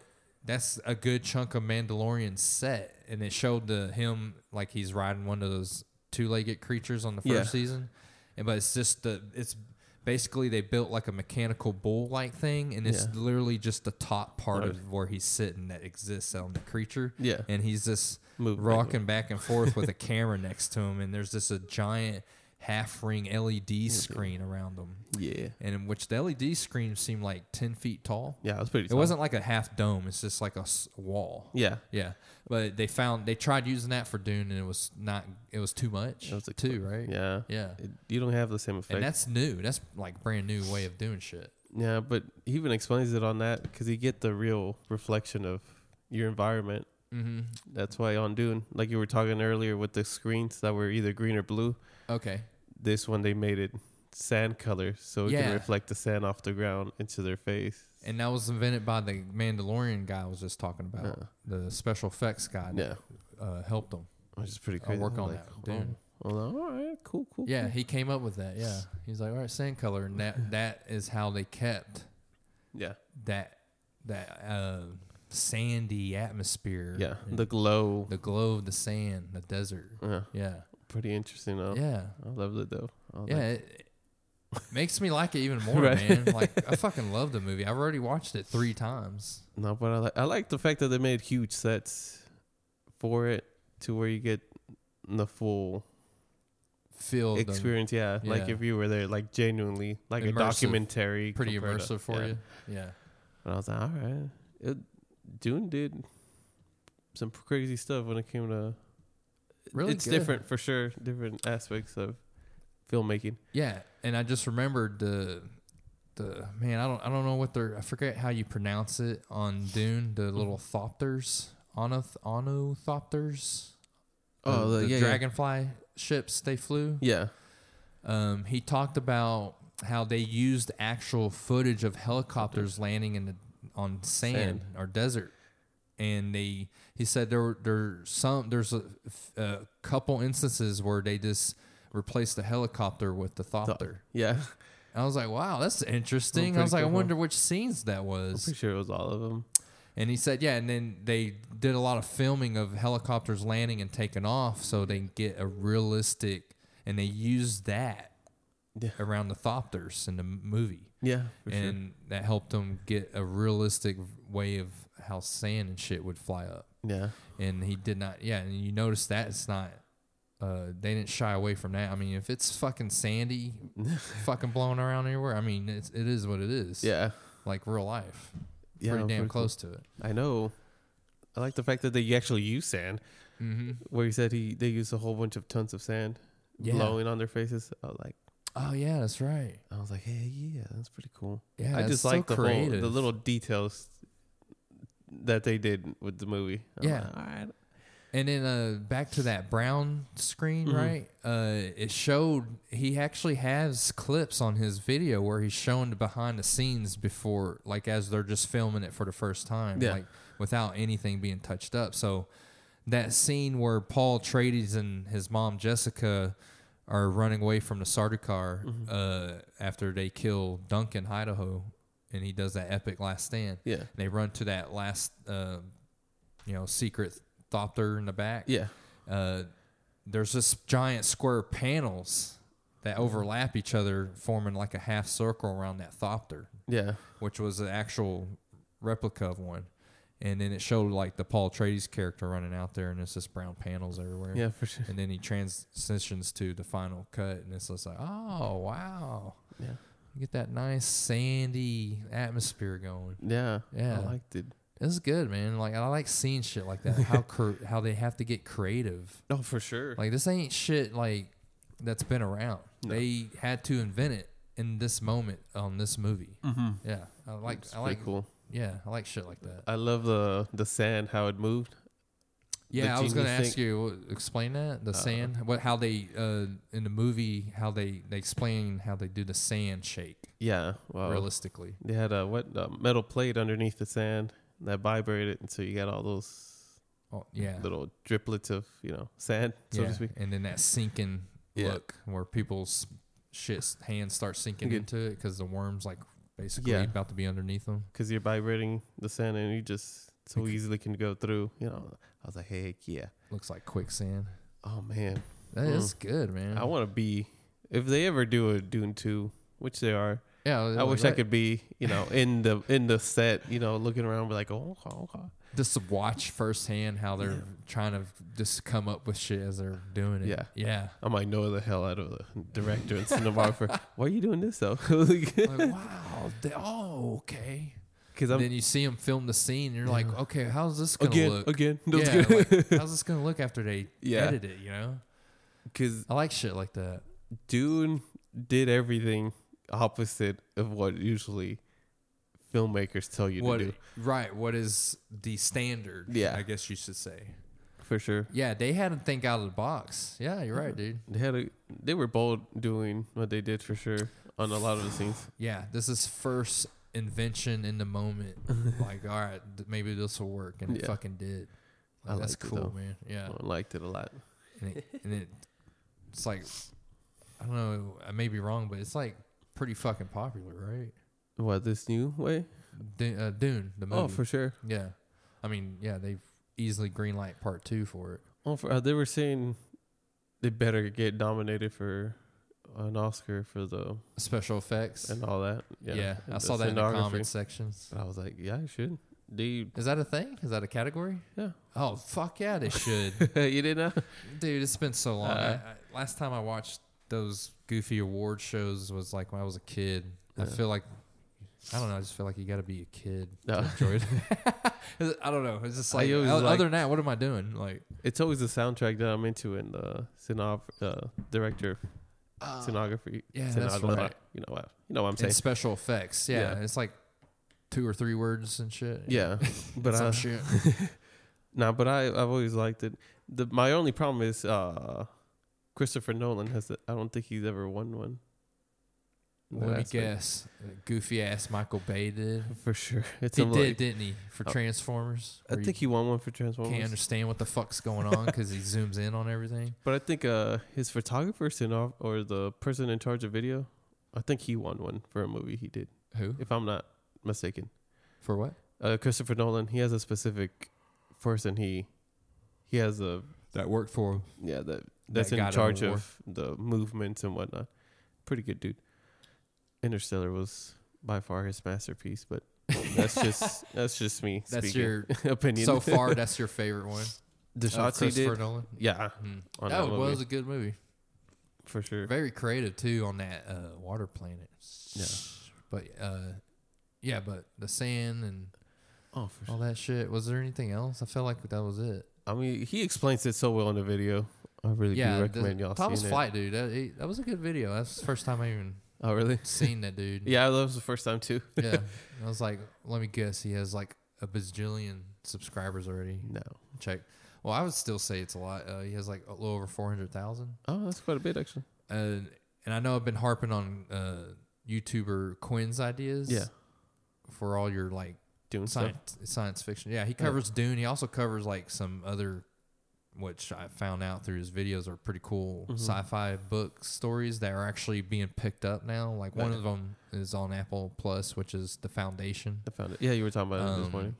[SPEAKER 1] that's a good chunk of Mandalorian set. And it showed the him like he's riding one of those two legged creatures on the first
[SPEAKER 2] Yeah.
[SPEAKER 1] season, and but it's just the it's basically they built like a mechanical bull like thing, and it's
[SPEAKER 2] Yeah.
[SPEAKER 1] literally just the top part of where he's sitting that exists on the creature.
[SPEAKER 2] Yeah.
[SPEAKER 1] and he's just
[SPEAKER 2] Moving.
[SPEAKER 1] rocking back and forth with a camera next to him, and there's just a giant half ring LED screen around him.
[SPEAKER 2] Yeah.
[SPEAKER 1] And in which the E LED screen seemed like 10 feet tall.
[SPEAKER 2] Yeah, it was pretty.
[SPEAKER 1] It wasn't like a half dome. It's just like a s- wall.
[SPEAKER 2] Yeah,
[SPEAKER 1] Yeah. But they found they tried using that for Dune, and it was not. It was too much.
[SPEAKER 2] It was like-
[SPEAKER 1] too right.
[SPEAKER 2] yeah,
[SPEAKER 1] Yeah.
[SPEAKER 2] It, you don't have the same effect.
[SPEAKER 1] And that's new. That's like brand new way of doing shit.
[SPEAKER 2] yeah, but he even explains it on that because you get the real reflection of your environment.
[SPEAKER 1] Mm-hmm.
[SPEAKER 2] That's why on Dune, like you were talking earlier with the screens that were either green or blue,
[SPEAKER 1] Okay.
[SPEAKER 2] this one they made it sand color so it
[SPEAKER 1] Yeah.
[SPEAKER 2] can reflect the sand off the ground into their face.
[SPEAKER 1] And that was invented by the Mandalorian guy I was just talking about.
[SPEAKER 2] Yeah.
[SPEAKER 1] The special effects guy
[SPEAKER 2] Yeah.
[SPEAKER 1] that uh, helped him.
[SPEAKER 2] Which is pretty
[SPEAKER 1] I'll
[SPEAKER 2] crazy.
[SPEAKER 1] work
[SPEAKER 2] I'm
[SPEAKER 1] on
[SPEAKER 2] like,
[SPEAKER 1] that, dude.
[SPEAKER 2] Oh, well, all right, cool, cool.
[SPEAKER 1] Yeah,
[SPEAKER 2] cool.
[SPEAKER 1] he came up with that. Yeah. He's like, all right, sand color. And that, that is how they kept
[SPEAKER 2] yeah,
[SPEAKER 1] that that uh, sandy atmosphere.
[SPEAKER 2] yeah.
[SPEAKER 1] and
[SPEAKER 2] The glow,
[SPEAKER 1] the glow of the sand, the desert.
[SPEAKER 2] yeah,
[SPEAKER 1] Yeah,
[SPEAKER 2] pretty interesting. Though.
[SPEAKER 1] yeah,
[SPEAKER 2] I loved it though. I was
[SPEAKER 1] yeah.
[SPEAKER 2] like,
[SPEAKER 1] It, it makes me like it even more,
[SPEAKER 2] Right.
[SPEAKER 1] man. Like I fucking love the movie. I've already watched it three times.
[SPEAKER 2] no, but I like I like the fact that they made huge sets for it to where you get the full
[SPEAKER 1] Feel
[SPEAKER 2] experience. Yeah, like
[SPEAKER 1] Yeah.
[SPEAKER 2] if you were there, like genuinely, like
[SPEAKER 1] Immersive.
[SPEAKER 2] a documentary,
[SPEAKER 1] pretty
[SPEAKER 2] compared to-
[SPEAKER 1] immersive for
[SPEAKER 2] yeah.
[SPEAKER 1] you. Yeah,
[SPEAKER 2] But I was like, all right, it, Dune did some crazy stuff when it came to.
[SPEAKER 1] Really
[SPEAKER 2] it's
[SPEAKER 1] good.
[SPEAKER 2] different for sure. Different aspects of filmmaking.
[SPEAKER 1] yeah. And I just remembered the the man. I don't I don't know what they're. I forget how you pronounce it on Dune. The little thopters, onoth onothopters.
[SPEAKER 2] Oh,
[SPEAKER 1] Um, the,
[SPEAKER 2] the-
[SPEAKER 1] the
[SPEAKER 2] yeah, yeah.
[SPEAKER 1] dragonfly ships they flew.
[SPEAKER 2] Yeah,
[SPEAKER 1] Um, he talked about how they used actual footage of helicopters landing in the, on sand,
[SPEAKER 2] Sand.
[SPEAKER 1] or desert, and they he said there were there's some there's a, a couple instances where they just replaced the helicopter with the thopter.
[SPEAKER 2] yeah.
[SPEAKER 1] And I was like, wow, that's interesting. I
[SPEAKER 2] pretty
[SPEAKER 1] was like, I
[SPEAKER 2] cool, huh?
[SPEAKER 1] wonder which scenes that was.
[SPEAKER 2] Pretty sure it was all of them.
[SPEAKER 1] And he said, yeah, and then they did a lot of filming of helicopters landing and taking off so they can get a realistic, and they used that
[SPEAKER 2] Yeah.
[SPEAKER 1] around the thopters in the m- movie.
[SPEAKER 2] Yeah, for sure.
[SPEAKER 1] and that helped them get a realistic way of how sand and shit would fly up.
[SPEAKER 2] Yeah,
[SPEAKER 1] And he did not, yeah, and you notice that it's not uh, they didn't shy away from that. I mean, if it's fucking sandy, fucking blowing around anywhere, I mean, it's, it is what it is.
[SPEAKER 2] Yeah.
[SPEAKER 1] Like real life.
[SPEAKER 2] Yeah,
[SPEAKER 1] Pretty damn
[SPEAKER 2] pretty-
[SPEAKER 1] close to it.
[SPEAKER 2] I know. I like the fact that they actually use sand.
[SPEAKER 1] Mm-hmm.
[SPEAKER 2] Where he said he they used a whole bunch of tons of sand
[SPEAKER 1] Yeah.
[SPEAKER 2] blowing on their faces. I was like,
[SPEAKER 1] Oh, yeah, that's right.
[SPEAKER 2] I was like, hey, yeah, that's pretty cool.
[SPEAKER 1] Yeah,
[SPEAKER 2] I
[SPEAKER 1] it's
[SPEAKER 2] just
[SPEAKER 1] so
[SPEAKER 2] like the whole,
[SPEAKER 1] creative.
[SPEAKER 2] the little details that they did with the movie. I'm
[SPEAKER 1] Yeah.
[SPEAKER 2] like, all right.
[SPEAKER 1] And then uh, back to that brown screen,
[SPEAKER 2] Mm-hmm.
[SPEAKER 1] right? Uh, it showed he actually has clips on his video where he's shown the behind the scenes before, like as they're just filming it for the first time,
[SPEAKER 2] Yeah.
[SPEAKER 1] like without anything being touched up. So that scene where Paul Trades and his mom Jessica are running away from the Sardaukar
[SPEAKER 2] Mm-hmm.
[SPEAKER 1] uh, after they kill Duncan Idaho, and he does that epic last stand.
[SPEAKER 2] Yeah.
[SPEAKER 1] And they run to that last, uh, you know, secret thopter in the back.
[SPEAKER 2] Yeah.
[SPEAKER 1] Uh, there's this giant square panels that overlap each other, forming like a half circle around that thopter,
[SPEAKER 2] Yeah.
[SPEAKER 1] which was the actual replica of one. And then it showed like the Paul Trades character running out there, and it's just brown panels everywhere.
[SPEAKER 2] Yeah, for sure.
[SPEAKER 1] And then he transitions to the final cut, and it's just like, oh wow,
[SPEAKER 2] Yeah.
[SPEAKER 1] you get that nice sandy atmosphere going.
[SPEAKER 2] Yeah.
[SPEAKER 1] Yeah.
[SPEAKER 2] I liked it.
[SPEAKER 1] It's good, man. Like I like seeing shit like that. How cr- how they have to get creative.
[SPEAKER 2] Oh, for sure.
[SPEAKER 1] Like this ain't shit like that's been around. They had to invent it in this moment on this movie. Mm-hmm. Yeah, I like
[SPEAKER 2] it's
[SPEAKER 1] I
[SPEAKER 2] pretty
[SPEAKER 1] like
[SPEAKER 2] cool.
[SPEAKER 1] yeah I like shit like that.
[SPEAKER 2] I love the the sand, how it moved.
[SPEAKER 1] Yeah, I was
[SPEAKER 2] genius
[SPEAKER 1] gonna
[SPEAKER 2] thing- Uh,
[SPEAKER 1] ask you explain that the sand. What how they uh in the movie how they they explain how they do the sand shake
[SPEAKER 2] Yeah. Wow.
[SPEAKER 1] realistically.
[SPEAKER 2] They had a what a metal plate underneath the sand that vibrated, and so you got all those
[SPEAKER 1] Oh, yeah,
[SPEAKER 2] little driplets of you know sand, so
[SPEAKER 1] yeah.
[SPEAKER 2] to speak.
[SPEAKER 1] and then that sinking
[SPEAKER 2] Yeah.
[SPEAKER 1] look where people's shit hands start sinking
[SPEAKER 2] Good.
[SPEAKER 1] into it because the worms like basically
[SPEAKER 2] Yeah.
[SPEAKER 1] about to be underneath them.
[SPEAKER 2] because you're vibrating the sand and you just so easily can go through. You know, I was like, heck yeah.
[SPEAKER 1] Looks like quicksand.
[SPEAKER 2] Oh man,
[SPEAKER 1] That is good, man.
[SPEAKER 2] I want to be. If they ever do a Dune two, which they are,
[SPEAKER 1] yeah,
[SPEAKER 2] I
[SPEAKER 1] like
[SPEAKER 2] wish I
[SPEAKER 1] that-
[SPEAKER 2] could be. You know, in the in the set, you know, looking around, be like, oh, oh, oh.
[SPEAKER 1] just watch firsthand how they're trying to just come up with shit as they're doing it.
[SPEAKER 2] Yeah.
[SPEAKER 1] yeah.
[SPEAKER 2] I might know the hell out of the director and cinematographer. Why are you doing this though? Because
[SPEAKER 1] like, wow. They, oh, okay.
[SPEAKER 2] I'm
[SPEAKER 1] then you see them film the scene, and you're like, okay, how's this gonna
[SPEAKER 2] again,
[SPEAKER 1] look?
[SPEAKER 2] again.
[SPEAKER 1] Yeah, like, how's this gonna look after they
[SPEAKER 2] Yeah.
[SPEAKER 1] edit it? You know,
[SPEAKER 2] Because
[SPEAKER 1] I like shit like that.
[SPEAKER 2] Dune did everything opposite of what usually filmmakers tell you
[SPEAKER 1] What
[SPEAKER 2] to do.
[SPEAKER 1] right? What is the standard?
[SPEAKER 2] Yeah.
[SPEAKER 1] I guess you should say.
[SPEAKER 2] For sure.
[SPEAKER 1] Yeah, they had to think out of the box. Yeah, you're right, dude.
[SPEAKER 2] They had a they were bold doing what they did for sure on a lot of the scenes.
[SPEAKER 1] Yeah, this is first invention in the moment. like, all right, th- maybe this will work, and it
[SPEAKER 2] Yeah.
[SPEAKER 1] fucking did.
[SPEAKER 2] I
[SPEAKER 1] Like, that's
[SPEAKER 2] liked it,
[SPEAKER 1] cool,
[SPEAKER 2] though.
[SPEAKER 1] man. Yeah,
[SPEAKER 2] I liked it a lot.
[SPEAKER 1] and it, and it it's like I don't know, I may be wrong, but it's like pretty fucking popular, right?
[SPEAKER 2] What this new way?
[SPEAKER 1] D- uh, Dune, the movie.
[SPEAKER 2] Oh, for sure.
[SPEAKER 1] yeah. I mean, yeah, they've easily greenlight part two for it.
[SPEAKER 2] Oh, for, uh, they were saying they better get nominated for an Oscar for the
[SPEAKER 1] Special effects.
[SPEAKER 2] and all that.
[SPEAKER 1] yeah,
[SPEAKER 2] Yeah,
[SPEAKER 1] I
[SPEAKER 2] and
[SPEAKER 1] saw that in the
[SPEAKER 2] scenography.
[SPEAKER 1] comment sections.
[SPEAKER 2] And I was like, yeah, I should. Dude,
[SPEAKER 1] Is that a thing? Is that a category?
[SPEAKER 2] yeah,
[SPEAKER 1] Oh fuck yeah, they should,
[SPEAKER 2] you didn't know.
[SPEAKER 1] dude. It's been so long.
[SPEAKER 2] Uh,
[SPEAKER 1] I, I, last time I watched those goofy award shows was like when I was a kid. I feel like I don't know. I just feel like you got to be a kid
[SPEAKER 2] No.
[SPEAKER 1] to enjoy it. I don't know. It's just like,
[SPEAKER 2] I always
[SPEAKER 1] o-
[SPEAKER 2] liked-
[SPEAKER 1] other than that, what am I doing? Like,
[SPEAKER 2] It's always the soundtrack that I'm into and the scenop- uh, director,
[SPEAKER 1] Uh,
[SPEAKER 2] scenography.
[SPEAKER 1] yeah, that's
[SPEAKER 2] scenographer.
[SPEAKER 1] right.
[SPEAKER 2] You know what? You know what I'm saying?
[SPEAKER 1] and special effects. Yeah,
[SPEAKER 2] Yeah.
[SPEAKER 1] it's like two or three words and shit.
[SPEAKER 2] yeah, but uh,
[SPEAKER 1] some
[SPEAKER 2] I,
[SPEAKER 1] shit.
[SPEAKER 2] nah, but I I've always liked it. The my only problem is uh, Christopher Nolan has. The, I don't think he's ever won one.
[SPEAKER 1] Let me
[SPEAKER 2] That's like-
[SPEAKER 1] guess. Goofy ass Michael Bay did.
[SPEAKER 2] for sure. It's
[SPEAKER 1] He
[SPEAKER 2] I'm
[SPEAKER 1] did,
[SPEAKER 2] like-
[SPEAKER 1] didn't he? For
[SPEAKER 2] Oh.
[SPEAKER 1] Transformers,
[SPEAKER 2] I
[SPEAKER 1] where you
[SPEAKER 2] think he won one for
[SPEAKER 1] can't
[SPEAKER 2] Transformers,
[SPEAKER 1] understand what the fuck's going on because he zooms in on everything.
[SPEAKER 2] but I think uh his photographer scenog- or the person in charge of video, I think he won one for a movie he did,
[SPEAKER 1] Who?
[SPEAKER 2] if I'm not mistaken.
[SPEAKER 1] For what?
[SPEAKER 2] uh, Christopher Nolan, he has a specific person he he has a
[SPEAKER 1] That worked for him.
[SPEAKER 2] yeah that that's
[SPEAKER 1] got
[SPEAKER 2] in
[SPEAKER 1] him
[SPEAKER 2] charge
[SPEAKER 1] more.
[SPEAKER 2] of the movements and whatnot. Pretty good dude. Interstellar was by far his masterpiece, but that's just that's just me.
[SPEAKER 1] That's
[SPEAKER 2] speaking
[SPEAKER 1] your
[SPEAKER 2] opinion
[SPEAKER 1] so far. That's your favorite one.
[SPEAKER 2] the
[SPEAKER 1] Uh,
[SPEAKER 2] shots he
[SPEAKER 1] Christopher
[SPEAKER 2] did.
[SPEAKER 1] Nolan.
[SPEAKER 2] Yeah,
[SPEAKER 1] Mm.
[SPEAKER 2] on
[SPEAKER 1] that
[SPEAKER 2] that
[SPEAKER 1] was
[SPEAKER 2] movie.
[SPEAKER 1] a good movie.
[SPEAKER 2] for sure.
[SPEAKER 1] Very creative too on that uh, water planet.
[SPEAKER 2] Yeah.
[SPEAKER 1] But uh, yeah, but the sand and
[SPEAKER 2] Oh, for
[SPEAKER 1] all that shit. Was there anything else? I felt like that was it.
[SPEAKER 2] I mean, he explains it so well in the video. I really
[SPEAKER 1] yeah,
[SPEAKER 2] do
[SPEAKER 1] the-
[SPEAKER 2] recommend y'all
[SPEAKER 1] Thomas
[SPEAKER 2] seeing
[SPEAKER 1] Flight, dude. That, he- that was a good video. That's the first time I even
[SPEAKER 2] it. Oh, really?
[SPEAKER 1] seen that dude.
[SPEAKER 2] Yeah, that was the first time too.
[SPEAKER 1] yeah. And I was like, let me guess, he has like a bajillion subscribers already.
[SPEAKER 2] No.
[SPEAKER 1] Check. Well, I would still say it's a lot. Uh, he has like a little over four hundred thousand.
[SPEAKER 2] Oh, that's quite a bit actually.
[SPEAKER 1] and and I know I've been harping on uh, YouTuber Quinn's ideas.
[SPEAKER 2] Yeah.
[SPEAKER 1] For all your like
[SPEAKER 2] Doing stuff.
[SPEAKER 1] science science fiction, yeah, he covers Dune. He also covers like some other, which I found out through his videos are pretty cool
[SPEAKER 2] Mm-hmm.
[SPEAKER 1] sci-fi book stories that are actually being picked up now. Like one
[SPEAKER 2] Right.
[SPEAKER 1] of them is on Apple Plus, which is The Foundation.
[SPEAKER 2] I found it. Yeah, you were talking about it this
[SPEAKER 1] Um,
[SPEAKER 2] morning.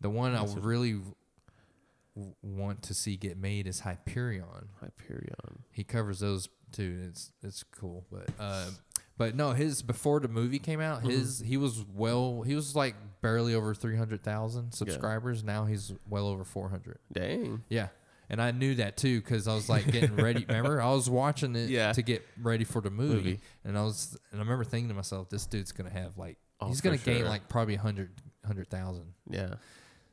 [SPEAKER 1] The one I
[SPEAKER 2] That's what-
[SPEAKER 1] really w- want to see get made is Hyperion.
[SPEAKER 2] Hyperion.
[SPEAKER 1] he covers those too. and It's it's cool, but uh, but no, his before the movie came
[SPEAKER 2] Mm-hmm.
[SPEAKER 1] out, his he was well, he was like barely over three hundred thousand subscribers. Now he's well over four hundred.
[SPEAKER 2] Dang.
[SPEAKER 1] Yeah, and I knew that too because I was like getting ready. remember, I was watching it
[SPEAKER 2] Yeah.
[SPEAKER 1] to get ready for the movie,
[SPEAKER 2] Movie.
[SPEAKER 1] and I was and I remember thinking to myself, this dude's gonna have like
[SPEAKER 2] Oh,
[SPEAKER 1] he's
[SPEAKER 2] for
[SPEAKER 1] gonna gain
[SPEAKER 2] sure.
[SPEAKER 1] like probably a hundred hundred thousand.
[SPEAKER 2] Yeah.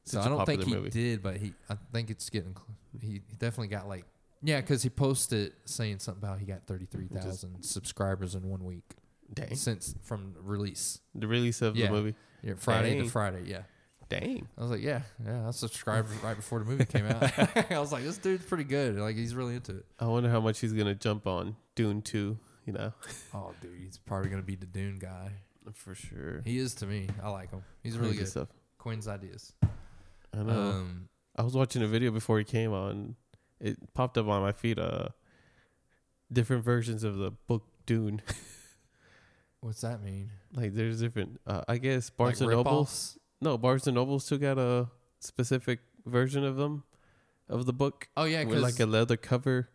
[SPEAKER 1] So
[SPEAKER 2] Such
[SPEAKER 1] I
[SPEAKER 2] a
[SPEAKER 1] don't think he
[SPEAKER 2] popular movie.
[SPEAKER 1] did, but he I think it's getting cl- he he definitely got like yeah, because he posted saying something about he got thirty three thousand subscribers in one week
[SPEAKER 2] Dang.
[SPEAKER 1] since from release
[SPEAKER 2] The release of
[SPEAKER 1] Yeah.
[SPEAKER 2] the movie.
[SPEAKER 1] yeah, Friday
[SPEAKER 2] Dang.
[SPEAKER 1] to Friday. Yeah,
[SPEAKER 2] Dang.
[SPEAKER 1] I was like, yeah, yeah, I subscribed right before the movie came out. I was like, this dude's pretty good. Like he's really into it.
[SPEAKER 2] I wonder how much he's gonna jump on Dune two. You know,
[SPEAKER 1] Oh, dude, he's probably gonna be the Dune guy.
[SPEAKER 2] for sure.
[SPEAKER 1] He is to me. I like him. He's really good.
[SPEAKER 2] stuff.
[SPEAKER 1] Quinn's ideas.
[SPEAKER 2] I know.
[SPEAKER 1] Um,
[SPEAKER 2] I was watching a video before he came on. It popped up on my feed. Uh, different versions of the book Dune.
[SPEAKER 1] what's that mean?
[SPEAKER 2] like there's different. Uh, I guess Barnes
[SPEAKER 1] Like
[SPEAKER 2] and Noble.
[SPEAKER 1] ripoffs?
[SPEAKER 2] No, Barnes and Nobles took out a specific version of them, of the book
[SPEAKER 1] Oh yeah,
[SPEAKER 2] with
[SPEAKER 1] because
[SPEAKER 2] like a leather cover,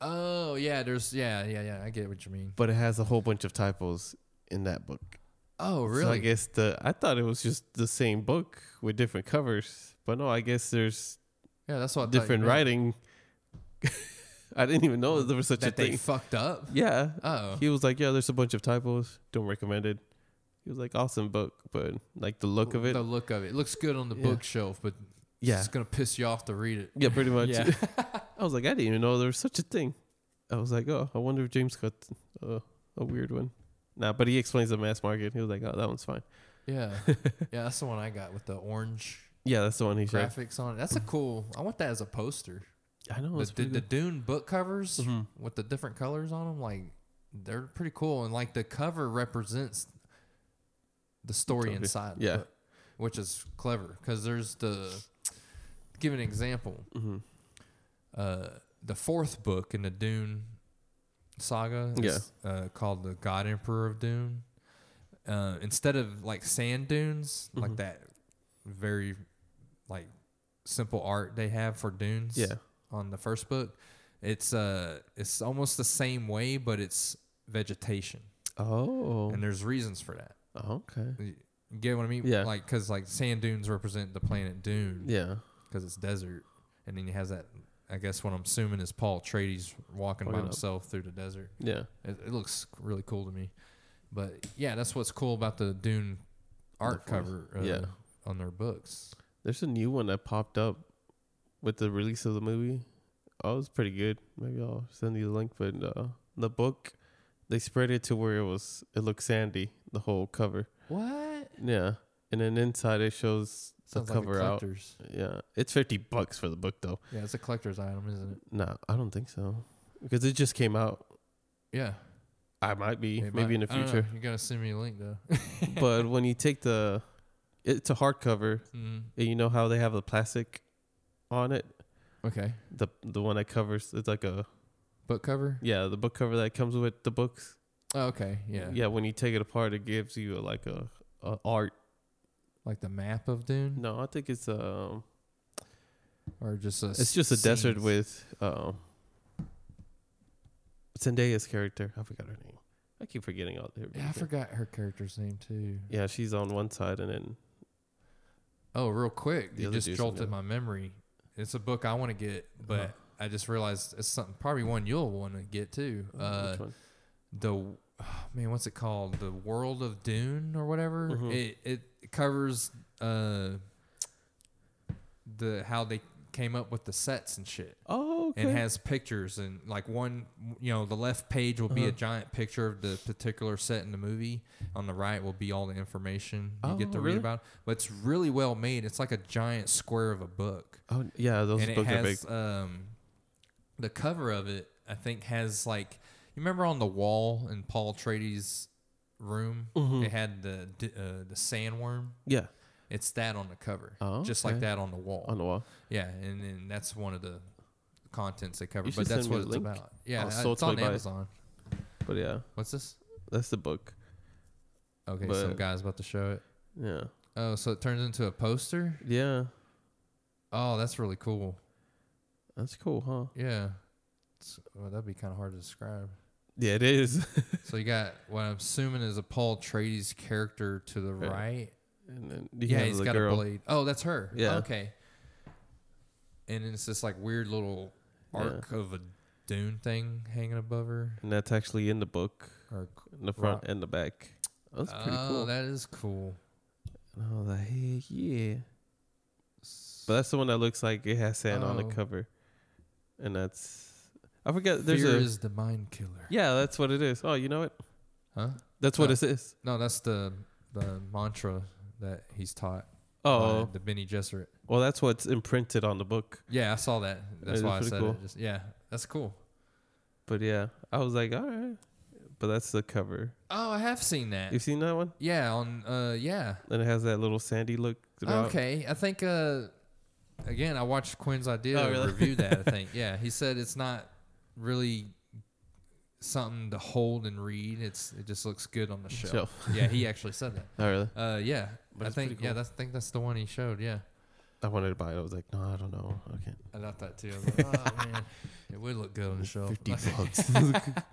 [SPEAKER 1] oh yeah, there's yeah yeah yeah. I get what you mean.
[SPEAKER 2] but it has a whole bunch of typos in that book.
[SPEAKER 1] Oh
[SPEAKER 2] So
[SPEAKER 1] really?
[SPEAKER 2] I guess the I thought it was just the same book with different covers, but no, I guess there's
[SPEAKER 1] Yeah, that's what I thought you
[SPEAKER 2] different
[SPEAKER 1] meant.
[SPEAKER 2] writing. I didn't even know there was such
[SPEAKER 1] that
[SPEAKER 2] a
[SPEAKER 1] they
[SPEAKER 2] thing.
[SPEAKER 1] fucked up.
[SPEAKER 2] yeah,
[SPEAKER 1] Oh,
[SPEAKER 2] he was like, "Yeah, there's a bunch of typos. Don't recommend it." He was like, "Awesome book, but like the look of it,
[SPEAKER 1] The look of it. It looks good on the
[SPEAKER 2] Yeah.
[SPEAKER 1] bookshelf, but
[SPEAKER 2] yeah,
[SPEAKER 1] it's gonna piss you off to read it.
[SPEAKER 2] yeah, pretty much."
[SPEAKER 1] Yeah.
[SPEAKER 2] I was like, "I didn't even know there was such a thing." I was like, "Oh, I wonder if James got uh, a weird one." Nah, but he explains the mass market. He was like, "Oh, that one's fine."
[SPEAKER 1] yeah, yeah. That's the one I got with the orange
[SPEAKER 2] Yeah, that's the one he showed.
[SPEAKER 1] graphics on it. That's a cool. I want that as a poster.
[SPEAKER 2] I know.
[SPEAKER 1] The,
[SPEAKER 2] It's
[SPEAKER 1] the,
[SPEAKER 2] Oh, pretty
[SPEAKER 1] the
[SPEAKER 2] good.
[SPEAKER 1] Dune book covers
[SPEAKER 2] Mhm.
[SPEAKER 1] with the Mm-hmm. different colors on them, like they're pretty cool, and like the cover represents the story
[SPEAKER 2] Story.
[SPEAKER 1] inside. the
[SPEAKER 2] Yeah.
[SPEAKER 1] book, which is clever because there's the give an example.
[SPEAKER 2] Mhm.
[SPEAKER 1] uh, the fourth book in the Dune saga is uh, called the God Emperor of Dune. Uh, instead of like sand dunes,
[SPEAKER 2] Mm-hmm.
[SPEAKER 1] like that very like simple art they have for dunes
[SPEAKER 2] Yeah.
[SPEAKER 1] on the first book, it's uh it's almost the same way, but it's vegetation,
[SPEAKER 2] Oh.
[SPEAKER 1] and there's reasons for that.
[SPEAKER 2] okay.
[SPEAKER 1] You get what I mean?
[SPEAKER 2] Yeah.
[SPEAKER 1] Like because like sand dunes represent the planet Dune
[SPEAKER 2] Yeah.
[SPEAKER 1] because it's desert. And then he has that. I guess what I'm assuming is Paul Atreides walking by
[SPEAKER 2] Walking up.
[SPEAKER 1] himself through the desert.
[SPEAKER 2] Yeah.
[SPEAKER 1] It, it looks really cool to me. But yeah, that's what's cool about the Dune art
[SPEAKER 2] The forest.
[SPEAKER 1] cover. Uh,
[SPEAKER 2] Yeah.
[SPEAKER 1] on their books.
[SPEAKER 2] There's a new one that popped up with the release of the movie. Oh, it was pretty good. Maybe I'll send you the link. But uh, the book, they spread it to where it was. It looked sandy, the whole cover.
[SPEAKER 1] What
[SPEAKER 2] Yeah, and then inside it shows
[SPEAKER 1] sounds
[SPEAKER 2] the
[SPEAKER 1] like a
[SPEAKER 2] cover out.
[SPEAKER 1] collector's?
[SPEAKER 2] Yeah, it's fifty bucks for the book though.
[SPEAKER 1] Yeah, it's a collector's item, isn't it?
[SPEAKER 2] No, I don't think so because it just came out.
[SPEAKER 1] Yeah,
[SPEAKER 2] I might be
[SPEAKER 1] It
[SPEAKER 2] maybe in
[SPEAKER 1] might-
[SPEAKER 2] the
[SPEAKER 1] I don't know.
[SPEAKER 2] future,
[SPEAKER 1] You gotta send me a link though.
[SPEAKER 2] but when you take the, it's a hardcover,
[SPEAKER 1] mm,
[SPEAKER 2] and you know how they have the plastic on it.
[SPEAKER 1] okay,
[SPEAKER 2] the the one that covers it's like a
[SPEAKER 1] book cover.
[SPEAKER 2] yeah the book cover that comes with the books
[SPEAKER 1] Oh, okay, yeah.
[SPEAKER 2] yeah when you take it apart it gives you like a, a art
[SPEAKER 1] like the map of Dune,
[SPEAKER 2] no I think it's um
[SPEAKER 1] or just a.
[SPEAKER 2] it's just a desert
[SPEAKER 1] scenes?
[SPEAKER 2] with um Zendaya's character I forgot her name I keep forgetting all the
[SPEAKER 1] Yeah, I forgot her character's name too.
[SPEAKER 2] yeah she's on one side and then
[SPEAKER 1] Oh, real quick,
[SPEAKER 2] The
[SPEAKER 1] you
[SPEAKER 2] other
[SPEAKER 1] just
[SPEAKER 2] dude's Uh-huh. on the
[SPEAKER 1] jolted my memory. It's a book I want to get, but I just realized it's something probably one you'll want to get too. Uh,
[SPEAKER 2] Which one?
[SPEAKER 1] the man, what's it called? The World of Dune or whatever.
[SPEAKER 2] Mm-hmm.
[SPEAKER 1] It it covers uh the how they came up with the sets and shit.
[SPEAKER 2] Oh, okay.
[SPEAKER 1] And has pictures and like one, you know, the left page will be
[SPEAKER 2] Uh-huh.
[SPEAKER 1] a giant picture of the particular set in the movie. On the right will be all the information you get
[SPEAKER 2] Oh,
[SPEAKER 1] to
[SPEAKER 2] really?
[SPEAKER 1] read about. But it's really well made. It's like a giant square of a book
[SPEAKER 2] oh, yeah, those
[SPEAKER 1] and it
[SPEAKER 2] books are big.
[SPEAKER 1] has um, the cover of it. I think has like you remember on the wall in Paul Trady's room,
[SPEAKER 2] Mm-hmm.
[SPEAKER 1] it had the d- uh, the sandworm.
[SPEAKER 2] Yeah,
[SPEAKER 1] It's that on the cover,
[SPEAKER 2] Oh,
[SPEAKER 1] just
[SPEAKER 2] okay.
[SPEAKER 1] like that on the wall.
[SPEAKER 2] on the wall.
[SPEAKER 1] yeah, and then that's one of the contents they cover,
[SPEAKER 2] You
[SPEAKER 1] but
[SPEAKER 2] should
[SPEAKER 1] that's
[SPEAKER 2] send me
[SPEAKER 1] what
[SPEAKER 2] the
[SPEAKER 1] it's
[SPEAKER 2] link.
[SPEAKER 1] about. Yeah,
[SPEAKER 2] I'll
[SPEAKER 1] uh,
[SPEAKER 2] sort
[SPEAKER 1] it's on
[SPEAKER 2] my buy.
[SPEAKER 1] Amazon.
[SPEAKER 2] But yeah,
[SPEAKER 1] What's this?
[SPEAKER 2] that's the book.
[SPEAKER 1] Okay,
[SPEAKER 2] But-
[SPEAKER 1] some guy's about to show it.
[SPEAKER 2] Yeah,
[SPEAKER 1] Oh, so it turns into a poster.
[SPEAKER 2] yeah,
[SPEAKER 1] Oh, that's really cool.
[SPEAKER 2] that's cool, huh?
[SPEAKER 1] Yeah, it's, well, that'd be kind of hard to describe.
[SPEAKER 2] Yeah, it is.
[SPEAKER 1] So you got what I'm assuming is a Paul Trades character to the
[SPEAKER 2] Yeah.
[SPEAKER 1] right.
[SPEAKER 2] and then you
[SPEAKER 1] Yeah,
[SPEAKER 2] have
[SPEAKER 1] he's
[SPEAKER 2] the
[SPEAKER 1] got
[SPEAKER 2] girl.
[SPEAKER 1] a blade. Oh, that's her.
[SPEAKER 2] Yeah.
[SPEAKER 1] Okay. And then it's this like weird little arc of a dune thing hanging above her.
[SPEAKER 2] and that's actually in the book,
[SPEAKER 1] Or
[SPEAKER 2] in the front
[SPEAKER 1] Rock.
[SPEAKER 2] and the back. That's pretty
[SPEAKER 1] oh,
[SPEAKER 2] cool.
[SPEAKER 1] that is cool.
[SPEAKER 2] And I was like, hey, yeah. But that's the one that looks like it has sand on the
[SPEAKER 1] Oh.
[SPEAKER 2] cover, and that's I forget. There's
[SPEAKER 1] Fear
[SPEAKER 2] a
[SPEAKER 1] is the mind killer.
[SPEAKER 2] yeah, that's what it is. Oh, you know what?
[SPEAKER 1] Huh?
[SPEAKER 2] That's what
[SPEAKER 1] No.
[SPEAKER 2] it is.
[SPEAKER 1] No, that's the the mantra that he's taught. by
[SPEAKER 2] Oh,
[SPEAKER 1] the Benny Gesserit.
[SPEAKER 2] well, that's what's imprinted on the book.
[SPEAKER 1] Yeah, I saw that. That's
[SPEAKER 2] is
[SPEAKER 1] why I
[SPEAKER 2] pretty
[SPEAKER 1] said
[SPEAKER 2] cool.
[SPEAKER 1] it. Just, yeah, that's cool.
[SPEAKER 2] But yeah, I was like, all right. But that's the cover.
[SPEAKER 1] Oh, I have seen that.
[SPEAKER 2] You've seen that one?
[SPEAKER 1] yeah, on uh, yeah.
[SPEAKER 2] And it has that little sandy look. throughout.
[SPEAKER 1] Okay, I think uh, again I watched Quinn's idea
[SPEAKER 2] Oh, really?
[SPEAKER 1] review that. I think yeah, he said it's not really something to hold and read. It's it just looks good on the shelf.
[SPEAKER 2] Shelf.
[SPEAKER 1] yeah, he actually said that.
[SPEAKER 2] Not really.
[SPEAKER 1] Uh, yeah,
[SPEAKER 2] But
[SPEAKER 1] I
[SPEAKER 2] it's
[SPEAKER 1] think
[SPEAKER 2] pretty
[SPEAKER 1] yeah,
[SPEAKER 2] cool.
[SPEAKER 1] that's, I think that's the one he showed. Yeah,
[SPEAKER 2] I wanted to buy it. I was like, no, I don't know. Okay.
[SPEAKER 1] I got that too. I was like, oh man, it would look good on the shelf.
[SPEAKER 2] 50 bucks. And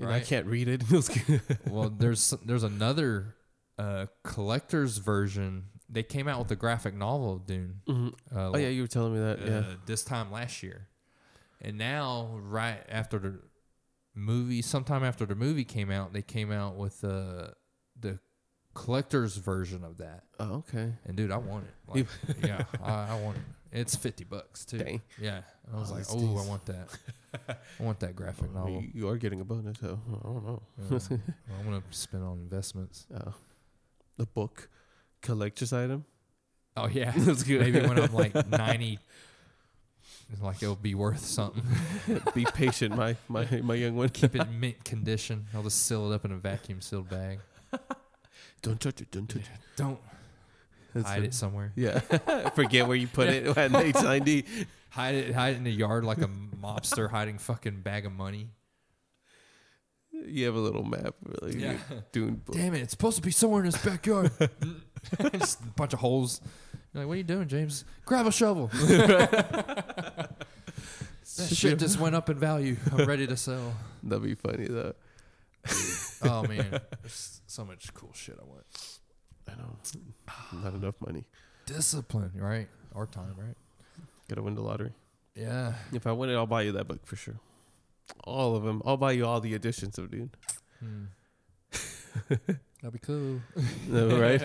[SPEAKER 2] I
[SPEAKER 1] Right.
[SPEAKER 2] can't read it. It was good.
[SPEAKER 1] well, there's there's another uh, collector's version. They came out with a graphic novel of Dune. Uh,
[SPEAKER 2] oh, yeah, you were telling me that. yeah.
[SPEAKER 1] uh, this time last year. And now, right after the movie, sometime after the movie came out, they came out with uh, the collector's version of that.
[SPEAKER 2] Oh, okay.
[SPEAKER 1] And dude, I want it. Like, yeah, I, I want it. It's fifty bucks too.
[SPEAKER 2] Dang.
[SPEAKER 1] Yeah, I was
[SPEAKER 2] Oh,
[SPEAKER 1] like,
[SPEAKER 2] that's
[SPEAKER 1] oh, I
[SPEAKER 2] decent.
[SPEAKER 1] want that. I want that graphic
[SPEAKER 2] Well,
[SPEAKER 1] novel.
[SPEAKER 2] you- You are getting a bonus, so I don't know.
[SPEAKER 1] Yeah. I'm gonna spend on investments.
[SPEAKER 2] Oh. The book collector's item.
[SPEAKER 1] Oh yeah,
[SPEAKER 2] That's good.
[SPEAKER 1] Maybe when I'm like ninety, like it'll be worth something.
[SPEAKER 2] Be patient, my my my young one.
[SPEAKER 1] Keep it in mint condition. I'll just seal it up in a vacuum sealed bag.
[SPEAKER 2] Don't touch it. Don't touch it.
[SPEAKER 1] Don't
[SPEAKER 2] That's
[SPEAKER 1] hide
[SPEAKER 2] it.
[SPEAKER 1] it somewhere.
[SPEAKER 2] Yeah. Forget where you put it when they signed it.
[SPEAKER 1] Hide it, hide it in the yard like a mobster hiding fucking bag of money.
[SPEAKER 2] You have a little map. Like,
[SPEAKER 1] Yeah.
[SPEAKER 2] Dune book.
[SPEAKER 1] Damn it! It's supposed to be somewhere in his backyard. Just a bunch of holes. You're like, what are you doing, James? Grab a shovel. that shit just went up in value. I'm ready to sell.
[SPEAKER 2] That'd be funny though.
[SPEAKER 1] Oh man, there's so much cool shit I want.
[SPEAKER 2] I know. Not enough money.
[SPEAKER 1] Discipline, right? Our time, right?
[SPEAKER 2] Gotta win the lottery.
[SPEAKER 1] Yeah.
[SPEAKER 2] If I win it, I'll buy you that book for sure. All of them. I'll buy you all the editions of Dune.
[SPEAKER 1] Hmm. That'd be cool.
[SPEAKER 2] No, right?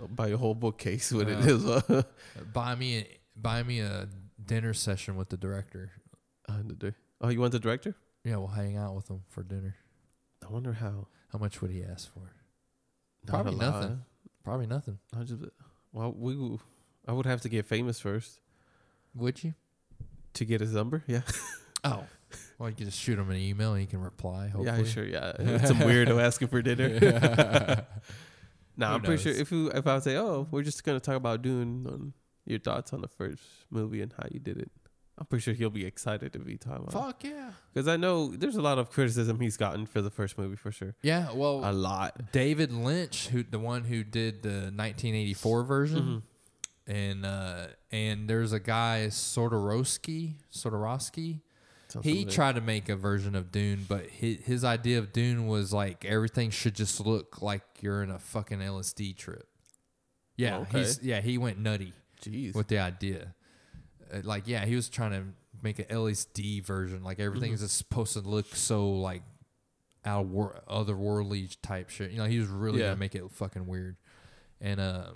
[SPEAKER 2] I'll buy you a whole bookcase with it
[SPEAKER 1] Uh.
[SPEAKER 2] as well.
[SPEAKER 1] Buy me, a, buy me a dinner session with the director.
[SPEAKER 2] On the dir- oh, you want the director?
[SPEAKER 1] Yeah, we'll hang out with him for dinner.
[SPEAKER 2] I wonder how.
[SPEAKER 1] How much would he ask for?
[SPEAKER 2] Not a
[SPEAKER 1] Probably
[SPEAKER 2] lot.
[SPEAKER 1] nothing. Probably nothing.
[SPEAKER 2] I'll just, well, we, will- I would have to get famous first
[SPEAKER 1] Would you?
[SPEAKER 2] to get his number. Yeah.
[SPEAKER 1] Oh. Well, you can just shoot him an email and he can reply, hopefully.
[SPEAKER 2] Yeah, sure. Yeah, some weirdo asking for dinner. no,
[SPEAKER 1] Who
[SPEAKER 2] I'm pretty sure
[SPEAKER 1] knows?
[SPEAKER 2] if you if I would say, oh, we're just gonna talk about Dune on your thoughts on the first movie and how you did it. I'm pretty sure he'll be excited to be talking about
[SPEAKER 1] Fuck yeah.
[SPEAKER 2] because I know there's a lot of criticism he's gotten for the first movie for sure.
[SPEAKER 1] Yeah, well,
[SPEAKER 2] A lot.
[SPEAKER 1] David Lynch, who the one who did the 1984
[SPEAKER 2] mm-hmm.
[SPEAKER 1] version, and uh, and there's a guy Sodorowski, Sodorowski.
[SPEAKER 2] Sounds
[SPEAKER 1] He
[SPEAKER 2] familiar.
[SPEAKER 1] tried to make a version of Dune, but his, his idea of Dune was like everything should just look like you're in a fucking LSD trip. Yeah,
[SPEAKER 2] Oh, Okay.
[SPEAKER 1] he's yeah he went nutty
[SPEAKER 2] Jeez.
[SPEAKER 1] with the idea. uh, like yeah, he was trying to make an LSD version. Like everything
[SPEAKER 2] Mm-hmm.
[SPEAKER 1] is just supposed to look so like out of wor- otherworldly type shit. You know, he was really
[SPEAKER 2] Yeah.
[SPEAKER 1] gonna make it fucking weird. And um,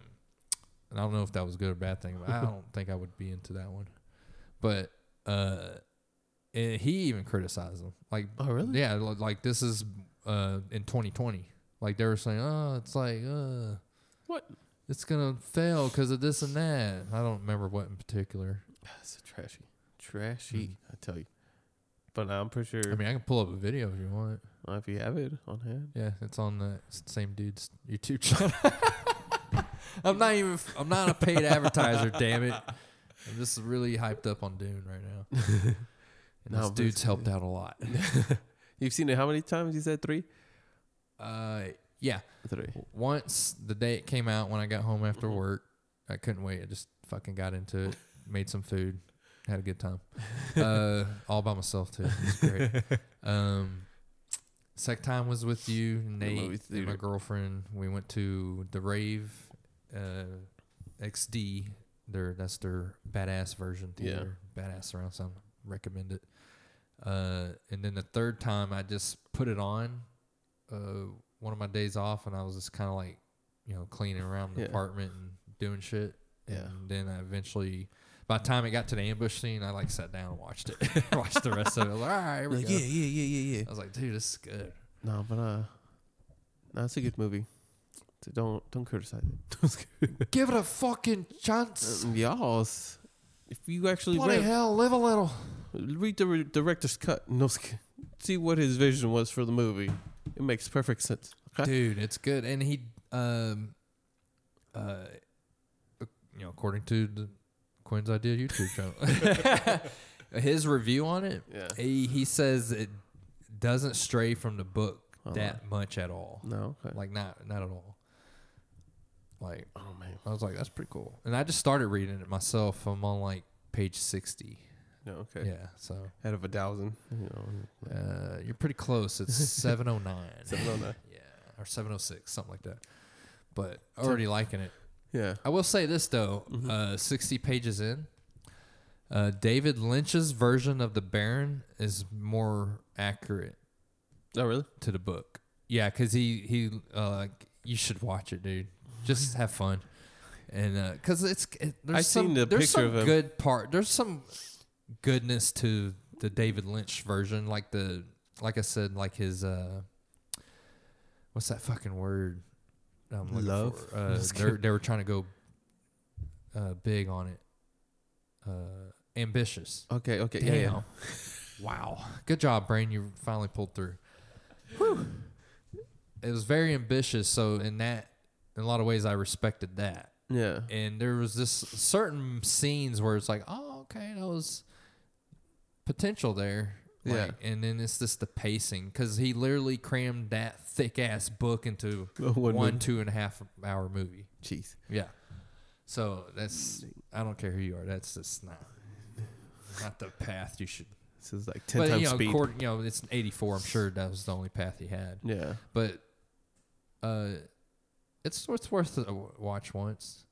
[SPEAKER 1] and I don't know if that was a good or bad thing, but I don't think I would be into that one. But uh, and he even criticized him. Like,
[SPEAKER 2] Oh, really?
[SPEAKER 1] Yeah, li- like this is uh in 2020. Like they were saying, oh, it's like uh,
[SPEAKER 2] What?
[SPEAKER 1] it's gonna fail because of this and that. I don't remember what in particular.
[SPEAKER 2] That's trashy, trashy. I tell you. But I'm pretty sure
[SPEAKER 1] I mean, I can pull up a video if you want.
[SPEAKER 2] uh, if you have it on hand.
[SPEAKER 1] Yeah, it's on the s- same dude's YouTube channel. I'm not even. I'm not a paid advertiser. damn it! I'm just really hyped up on Dune right now. And
[SPEAKER 2] No,
[SPEAKER 1] this
[SPEAKER 2] but
[SPEAKER 1] dude's
[SPEAKER 2] it's-
[SPEAKER 1] helped out a lot.
[SPEAKER 2] You've seen it how many times? You said three.
[SPEAKER 1] Uh, yeah.
[SPEAKER 2] Three.
[SPEAKER 1] Once the day it came out, when I got home after
[SPEAKER 2] Mm-hmm.
[SPEAKER 1] work, I couldn't wait. I just fucking got into it, made some food, had a good time, uh, all by myself too. It was great. Um, second time was with you,
[SPEAKER 2] movie
[SPEAKER 1] Nate, and my
[SPEAKER 2] theater.
[SPEAKER 1] girlfriend. We went to the Rave uh, XD. Their that's their badass version
[SPEAKER 2] Yeah.
[SPEAKER 1] theater, badass surround sound. Recommend it. Uh, and then the third time, I just put it on uh, one of my days off, and I was just kind of like, you know, cleaning around the
[SPEAKER 2] Yeah.
[SPEAKER 1] apartment and doing shit.
[SPEAKER 2] Yeah.
[SPEAKER 1] And then I eventually, by the time it got to the ambush scene, I like sat down and watched it, watched the rest of it. I was like, all right, here we
[SPEAKER 2] Like,
[SPEAKER 1] go. Oh.
[SPEAKER 2] yeah, yeah, yeah, yeah, yeah.
[SPEAKER 1] I was like, dude, this is good.
[SPEAKER 2] No, but uh, no, it's a good movie. So don't don't criticize it.
[SPEAKER 1] Give it a fucking
[SPEAKER 2] Uh,
[SPEAKER 1] chance.
[SPEAKER 2] Y'all's, if you actually
[SPEAKER 1] Bloody
[SPEAKER 2] read,
[SPEAKER 1] hell, live a little.
[SPEAKER 2] read the re- director's cut, no, sk- see what his vision was for the movie. It makes perfect sense. Okay.
[SPEAKER 1] dude it's good and he um uh you know according to the quinn's idea youtube channel his review on it
[SPEAKER 2] Yeah.
[SPEAKER 1] he, he says it doesn't stray from the book
[SPEAKER 2] Oh.
[SPEAKER 1] that much at all
[SPEAKER 2] No. Okay.
[SPEAKER 1] like not not at all like
[SPEAKER 2] oh man.
[SPEAKER 1] i was like that's pretty cool and i just started reading it myself i'm on like page 60
[SPEAKER 2] No. Okay.
[SPEAKER 1] yeah so
[SPEAKER 2] Out of a thousand. You know.
[SPEAKER 1] uh, you're pretty close it's 709
[SPEAKER 2] so, no, no.
[SPEAKER 1] yeah, or 706, something like that. But already liking it.
[SPEAKER 2] Yeah.
[SPEAKER 1] I will say this though,
[SPEAKER 2] Mm-hmm.
[SPEAKER 1] uh, 60 pages in, uh, David Lynch's version of the Baron is more accurate
[SPEAKER 2] Oh really?
[SPEAKER 1] to the book. Yeah, because he he uh, you should watch it, dude. Just have fun, and because it's it, there's
[SPEAKER 2] I
[SPEAKER 1] some
[SPEAKER 2] seen the
[SPEAKER 1] there's
[SPEAKER 2] picture
[SPEAKER 1] some
[SPEAKER 2] of him.
[SPEAKER 1] good part. There's some goodness to the David Lynch version, like the like I said, like his uh, what's that fucking word? I'm looking
[SPEAKER 2] Love?
[SPEAKER 1] for? Uh,
[SPEAKER 2] Just
[SPEAKER 1] they're- they were trying to go uh, big on it. Uh, ambitious.
[SPEAKER 2] Okay. Okay. Yeah.
[SPEAKER 1] Damn.
[SPEAKER 2] Yeah.
[SPEAKER 1] Wow. Good job, Brain. You finally pulled through. It was very ambitious. So, in that, in a lot of ways, I respected that.
[SPEAKER 2] Yeah.
[SPEAKER 1] And there was this certain scenes where it's like, oh, okay, that was potential there. Like, And then it's just the pacing because he literally crammed that thick ass book into
[SPEAKER 2] One
[SPEAKER 1] one,
[SPEAKER 2] movie.
[SPEAKER 1] two and a half hour movie.
[SPEAKER 2] Jeez.
[SPEAKER 1] Yeah. So that's I don't care who you are. That's just not not the path you should.
[SPEAKER 2] This is like ten
[SPEAKER 1] but
[SPEAKER 2] times
[SPEAKER 1] you know,
[SPEAKER 2] speed.
[SPEAKER 1] according- you know, it's eighty four. I'm sure that was the only path he had.
[SPEAKER 2] yeah.
[SPEAKER 1] But uh, it's it's worth a w- watch once.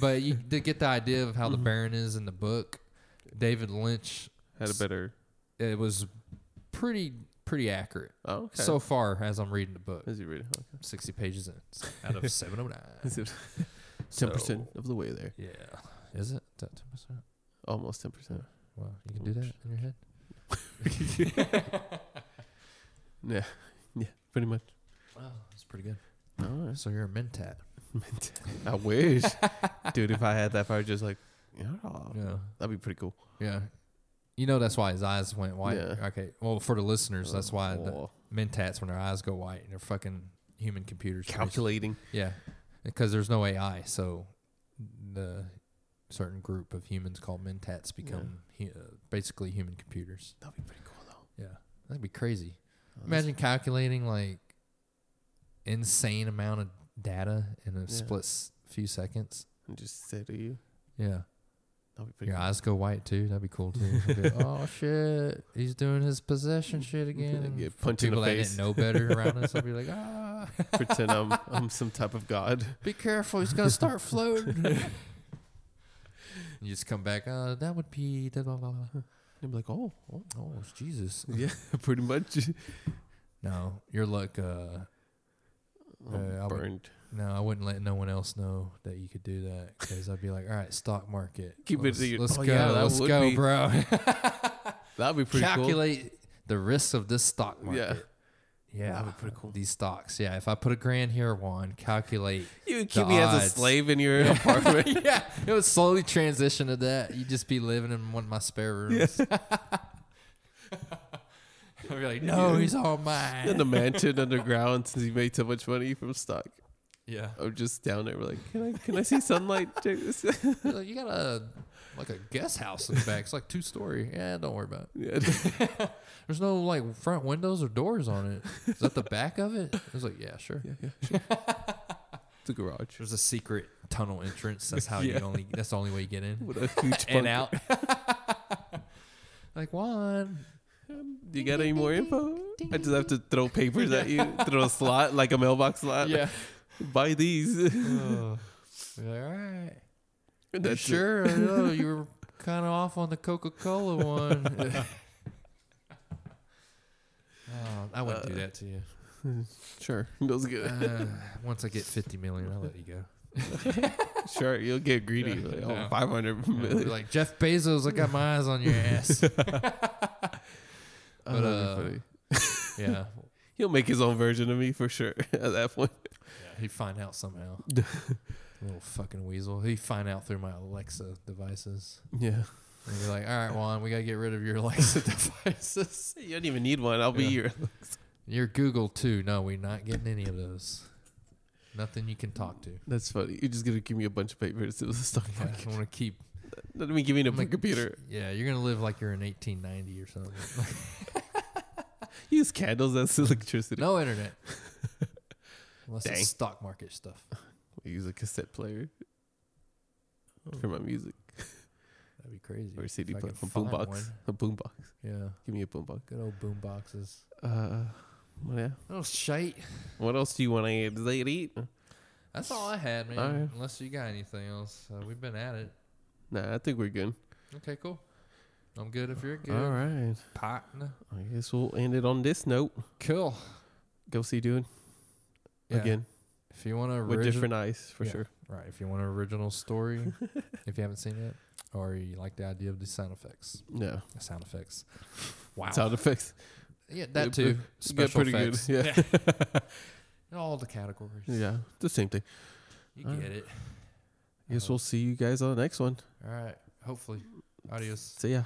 [SPEAKER 1] But you to get the idea of how the Baron is in the book, David Lynch,
[SPEAKER 2] Had a better.
[SPEAKER 1] it was pretty pretty accurate
[SPEAKER 2] Oh. Okay.
[SPEAKER 1] so far as I'm reading the book.
[SPEAKER 2] As you read. it, Okay.
[SPEAKER 1] Sixty pages in so out of seven hundred nine.
[SPEAKER 2] Ten percent of the way there.
[SPEAKER 1] Yeah, is it Is that ten percent?
[SPEAKER 2] Almost ten percent.
[SPEAKER 1] Wow, you can do that in your head.
[SPEAKER 2] Yeah. Yeah. Pretty much.
[SPEAKER 1] Wow, that's pretty good.
[SPEAKER 2] All right.
[SPEAKER 1] So you're a mentat.
[SPEAKER 2] I wish, dude. If I had that, if I was just like, yeah, oh,
[SPEAKER 1] Yeah,
[SPEAKER 2] that'd be pretty cool.
[SPEAKER 1] yeah. You know that's why his eyes went white.
[SPEAKER 2] Yeah.
[SPEAKER 1] Okay, well for the listeners, that's why the
[SPEAKER 2] Oh.
[SPEAKER 1] mentats when their eyes go white and they're fucking human computers.
[SPEAKER 2] Calculating.
[SPEAKER 1] Yeah, because there's no AI, so the certain group of humans called mentats become hu- uh, basically human computers.
[SPEAKER 2] That'd be pretty cool though.
[SPEAKER 1] Yeah, that'd be crazy.
[SPEAKER 2] that's-
[SPEAKER 1] Imagine calculating like insane amount of data in a split s- few seconds.
[SPEAKER 2] And just say to you,
[SPEAKER 1] Yeah.
[SPEAKER 2] that'd be pretty.
[SPEAKER 1] Your eyes go white too. That'd be cool too. I'd be like, oh shit, he's doing his possession shit again.
[SPEAKER 2] Get
[SPEAKER 1] And for
[SPEAKER 2] punched in the
[SPEAKER 1] people that
[SPEAKER 2] face.
[SPEAKER 1] didn't know better around us, I'd be like, ah,
[SPEAKER 2] cool. Pretend I'm I'm some type of god.
[SPEAKER 1] be careful, he's gonna start floating. You just come back. Uh, that would be. Da, blah, blah, blah.
[SPEAKER 2] They'd be like, oh, oh.
[SPEAKER 1] Oh, it's Jesus.
[SPEAKER 2] yeah, pretty much.
[SPEAKER 1] No, you're like. Uh,
[SPEAKER 2] I'm
[SPEAKER 1] I would-
[SPEAKER 2] burned.
[SPEAKER 1] no, I wouldn't let no one else know that you could do that because I'd be like, all right, stock market.
[SPEAKER 2] Keep it
[SPEAKER 1] let's,
[SPEAKER 2] to your-
[SPEAKER 1] Let's
[SPEAKER 2] oh,
[SPEAKER 1] go.
[SPEAKER 2] yeah, that
[SPEAKER 1] let's
[SPEAKER 2] would
[SPEAKER 1] go,
[SPEAKER 2] be
[SPEAKER 1] bro.
[SPEAKER 2] That'd be pretty
[SPEAKER 1] Calculate the risk of this stock
[SPEAKER 2] cool. Yeah,
[SPEAKER 1] market. Yeah,
[SPEAKER 2] That'd be pretty cool.
[SPEAKER 1] These stocks. Yeah, if I put a grand here, one calculate.
[SPEAKER 2] you would
[SPEAKER 1] the
[SPEAKER 2] keep me as a
[SPEAKER 1] odds.
[SPEAKER 2] slave in your apartment.
[SPEAKER 1] yeah, it would slowly transition to that. You'd just be living in one of my spare rooms. I'd be like, no, he's all
[SPEAKER 2] in
[SPEAKER 1] mine.
[SPEAKER 2] the mansion underground since he made so much money from stock.
[SPEAKER 1] Yeah,
[SPEAKER 2] I'm just down there like, can I can I see sunlight? Check this.
[SPEAKER 1] Like, you got a like a guest house in the back. It's like two story. Yeah, don't worry about it.
[SPEAKER 2] yeah.
[SPEAKER 1] There's no like front windows or doors on it. Is that the back of it? I was like, yeah, sure.
[SPEAKER 2] The garage.
[SPEAKER 1] There's a secret tunnel entrance. That's how
[SPEAKER 2] Yeah.
[SPEAKER 1] you only. That's the only way you get in
[SPEAKER 2] What a huge
[SPEAKER 1] and
[SPEAKER 2] bunker.
[SPEAKER 1] out. like one.
[SPEAKER 2] Do you got any more info? I just have to throw papers at you, throw a slot like a mailbox slot.
[SPEAKER 1] Yeah.
[SPEAKER 2] Buy these.
[SPEAKER 1] Oh. All right.
[SPEAKER 2] That's it.
[SPEAKER 1] sure, I know you were kind of off on the Coca Cola one. oh, I wouldn't do
[SPEAKER 2] Uh,
[SPEAKER 1] that to you.
[SPEAKER 2] Sure. Bill's good.
[SPEAKER 1] Uh, once I get fifty million, I'll let you go.
[SPEAKER 2] sure. You'll get greedy.
[SPEAKER 1] Yeah.
[SPEAKER 2] Like,
[SPEAKER 1] Yeah.
[SPEAKER 2] oh, 500
[SPEAKER 1] You'll be
[SPEAKER 2] million.
[SPEAKER 1] like Jeff Bezos, I got my eyes on your ass.
[SPEAKER 2] Oh, that'd be
[SPEAKER 1] uh,
[SPEAKER 2] funny.
[SPEAKER 1] yeah,
[SPEAKER 2] He'll make his own version of me for sure at that point.
[SPEAKER 1] he'd find out somehow. Little fucking weasel. He'd find out through my Alexa devices.
[SPEAKER 2] Yeah.
[SPEAKER 1] And be like, all right, Juan, we gotta get rid of your Alexa devices.
[SPEAKER 2] You don't even need one. I'll be
[SPEAKER 1] Yeah.
[SPEAKER 2] your
[SPEAKER 1] Your Google too. No, we're not getting any of those. Nothing you can talk to.
[SPEAKER 2] That's funny. You're just gonna give me a bunch of papers. It was a stock
[SPEAKER 1] Yeah,
[SPEAKER 2] market.
[SPEAKER 1] I want to keep.
[SPEAKER 2] Let me give me
[SPEAKER 1] I'm
[SPEAKER 2] my
[SPEAKER 1] like,
[SPEAKER 2] computer.
[SPEAKER 1] Yeah, you're gonna live like you're in 1890 or something.
[SPEAKER 2] Use candles as electricity.
[SPEAKER 1] no internet, unless
[SPEAKER 2] Dang.
[SPEAKER 1] it's stock market stuff.
[SPEAKER 2] I use a cassette player for my music
[SPEAKER 1] That'd be crazy.
[SPEAKER 2] or a CD
[SPEAKER 1] If I
[SPEAKER 2] player.
[SPEAKER 1] could
[SPEAKER 2] A
[SPEAKER 1] find
[SPEAKER 2] boombox.
[SPEAKER 1] one.
[SPEAKER 2] A boombox.
[SPEAKER 1] Yeah,
[SPEAKER 2] Give me a boombox.
[SPEAKER 1] good old boom boxes.
[SPEAKER 2] Uh, well, yeah.
[SPEAKER 1] Oh shite.
[SPEAKER 2] What else do you want to Does that eat?
[SPEAKER 1] That's all I had, man.
[SPEAKER 2] Alright.
[SPEAKER 1] Unless you got anything else, uh, we've been at it.
[SPEAKER 2] Nah, I think we're good.
[SPEAKER 1] Okay, cool. I'm good if you're good,
[SPEAKER 2] All right.
[SPEAKER 1] partner.
[SPEAKER 2] I guess we'll end it on this note.
[SPEAKER 1] Cool.
[SPEAKER 2] Go see Dune
[SPEAKER 1] Yeah.
[SPEAKER 2] again
[SPEAKER 1] if you want to
[SPEAKER 2] with different eyes for
[SPEAKER 1] Yeah.
[SPEAKER 2] sure.
[SPEAKER 1] Right. If you want an original story, if you haven't seen it, or you like the idea of the sound effects,
[SPEAKER 2] Yeah.
[SPEAKER 1] sound effects. Wow.
[SPEAKER 2] Sound effects.
[SPEAKER 1] yeah,
[SPEAKER 2] Yeah,
[SPEAKER 1] that too.
[SPEAKER 2] pre- You got
[SPEAKER 1] Special
[SPEAKER 2] pretty
[SPEAKER 1] effects.
[SPEAKER 2] good. Yeah.
[SPEAKER 1] Yeah, All the categories.
[SPEAKER 2] yeah. The same thing.
[SPEAKER 1] You
[SPEAKER 2] Alright.
[SPEAKER 1] get it. Uh-huh.
[SPEAKER 2] Guess we'll see you guys on the next one.
[SPEAKER 1] All right. Hopefully. Adios.
[SPEAKER 2] See ya.